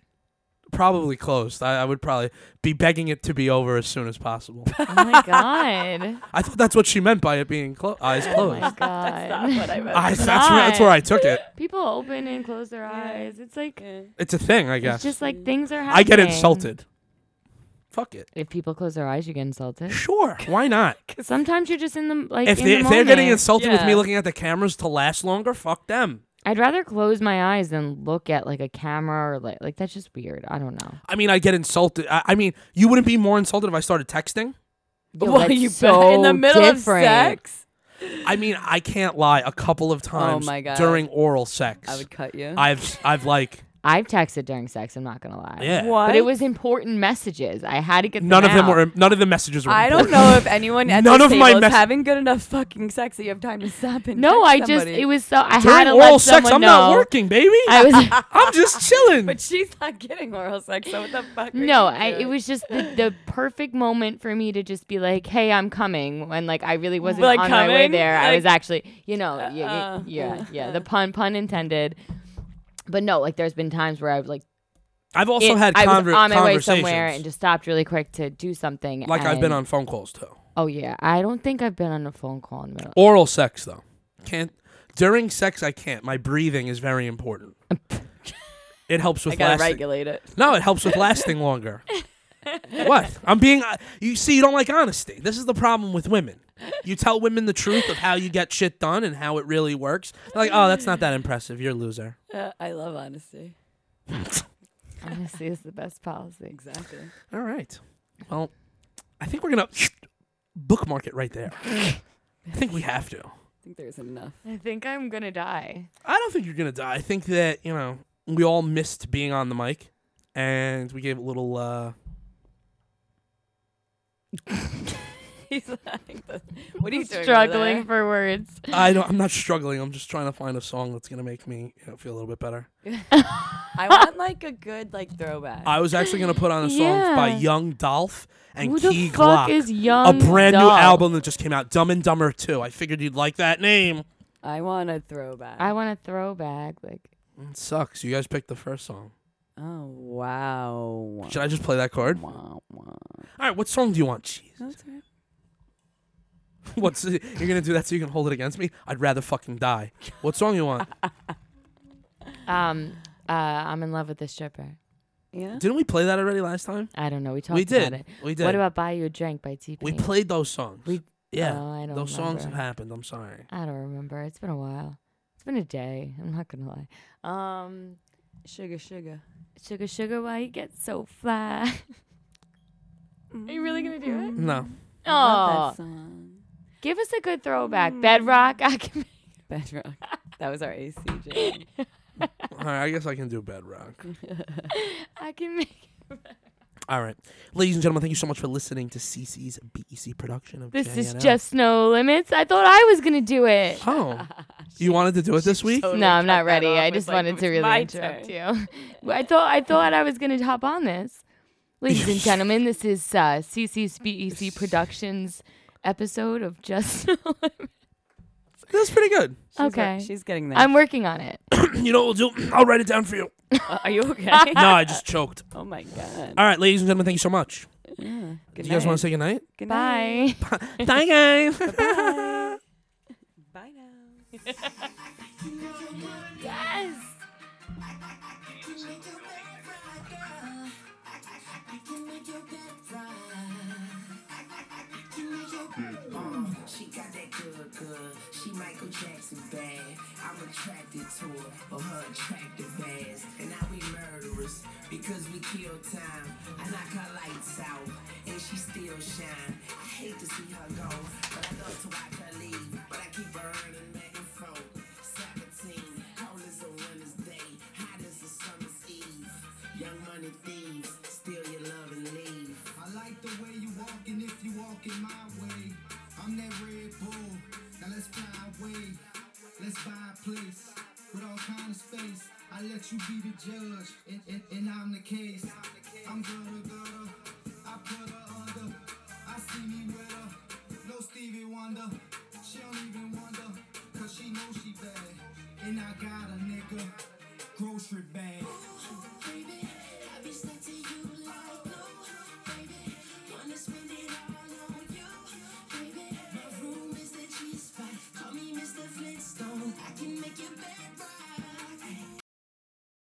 probably closed. I, I would probably be begging it to be over as soon as possible.
Oh my god!
I thought that's what she meant by it being clo- eyes
Oh
closed.
my god!
Not what I meant.
I, that's, where, that's where I took it.
People open and close their eyes. It's like
Yeah.
It's a thing, I guess.
it's just like things are happening.
I get insulted. Fuck it.
If people close their eyes, you get insulted.
Sure. Why not?
Sometimes you're just in the like.
If,
in
they,
the
if they're getting
moment.
insulted with me
Yeah.
looking at the cameras to last longer, fuck them.
I'd rather close my eyes than look at like a camera or like like that's just weird. I don't know.
I mean, I get insulted. I, I mean, you wouldn't be more insulted if I started texting.
Yo,
Well,
that's
you
so
in the middle
different.
of sex.
I mean, I can't lie. A couple
Oh
of times
my God.
during oral sex,
I would cut you.
I've I've like
I've texted during sex. I'm not gonna lie.
yeah.
what?
But it was important messages. I had to get them
None of them
out.
were. None of the messages were.
I don't
important.
know if anyone at
None
this
of
table
my
is
mess-
having good enough fucking sex that you have time to stop and
No,
text
I just
somebody.
it was so I had
During
to
oral
let
sex,
someone
I'm
know.
not working, baby.
I was
I'm just chilling.
But she's not getting oral sex, so what the fuck? are
no,
you
I, it
doing?
was just the, the perfect moment for me to just be like, "Hey, I'm coming." When like I really wasn't
Like,
on my way
coming?
there. I was
Like,
actually, you know, y- y-
uh,
yeah,
uh,
yeah, the pun pun intended. But no, like there's been times where I've like
I've also
it-
had
I was
conver-
on my way
conversations.
somewhere and just stopped really quick to do something.
like I've been
and-
on phone calls too.
Oh yeah, I don't think I've been on a phone call in the middle.
Oral sex though, can't. During sex, I can't. My breathing is very important. it helps
I
with
gotta
lasting.
regulate it.
No, it helps with lasting longer. what? I'm being. uh, You see, you don't like honesty. This is the problem with women. You tell women the truth of how you get shit done and how it really works. They're like, oh, that's not that impressive. You're a loser.
Uh, I love honesty.
Honestly, it's the best policy.
Exactly.
All right. Well, I think we're gonna bookmark it right there. I think we have to.
I think there's enough.
I think I'm gonna die.
I don't think you're gonna die. I think that you know we all missed being on the mic, and we gave a little. uh
He's like, the- what are you doing? over
Struggling
there?
for words.
I don't. I'm not struggling. I'm just trying to find a song that's gonna make me you know, feel a little bit better.
I want like a good like throwback.
I was actually gonna put on a song by
Yeah.
Young Dolph and
Who
Key
the
Glock,
fuck is
a
Young?
brand new
Dolph?
album that just came out, Dumb and Dumber Two. I figured you'd like that name.
I want a throwback.
I want a throwback. Like
It sucks. You guys picked the first song.
oh wow.
Should I just play that card? All
Wah, wah.
right. What song do you want? Jeez.
That's all right.
What's you're gonna do that so you can hold it against me? I'd rather fucking die. What song you want?
Um, uh, I'm in love with the stripper.
Yeah.
Didn't we play that already last time?
I don't know. We talked
We did.
about it.
We did.
What about buy you a drink by T
We
Pain?
played those songs.
We-
yeah.
Oh, I don't
those songs have
remember.
happened. I'm sorry.
I don't remember. It's been a while. It's been a day. I'm not gonna lie. Um,
Sugar, sugar.
sugar, sugar, why you get so fly? Are you really gonna do it?
No.
Love
Oh,
that song.
give us a good throwback. Bedrock. I can.
Bedrock. That was our AC jam.
All right. I guess I can do Bedrock.
Mm-hmm. I can make
All right. Ladies and gentlemen, thank you so much for listening to CC's BEC E production of
this. Is
JNL.
just no limits. I thought I was gonna do it.
Oh. you wanted to do it this week?
totally
no, I'm
cut
not
that
ready.
off.
I
It's
just
like,
wanted
it's
to really
my
interrupt you. Well, I thought I thought I was gonna hop on this. Ladies and gentlemen, this is uh, CC's BEC Productions episode of Just.
That's pretty good.
She's wor-
Okay.
She's getting there.
I'm working on it.
you know what we'll do? I'll write it down for you.
Uh, are you okay?
no, I just choked.
Oh my god.
All right, ladies and gentlemen, thank you so much.
yeah.
Do
Good
you guys want to say goodnight?
Good night.
Bye.
Bye, guys.
Bye now.
yes.
Mm, She got that good, good. She might Michael Jackson bad. I'm attracted to her for her attractive ass. And now we murderers because we kill time. I knock her lights out and she still shine. I hate to see her go, but I love to watch her leave. But I keep her earning that info. 17, cold as a winter's day, hot as a summer's eve. Young money thieves, steal your love and leave.
I like the way you walking if you walking my way. I'm that red bull. Now let's fly away. Let's buy a place with all kind of space. I let you be the judge, and, and, and I'm the case. I'm gonna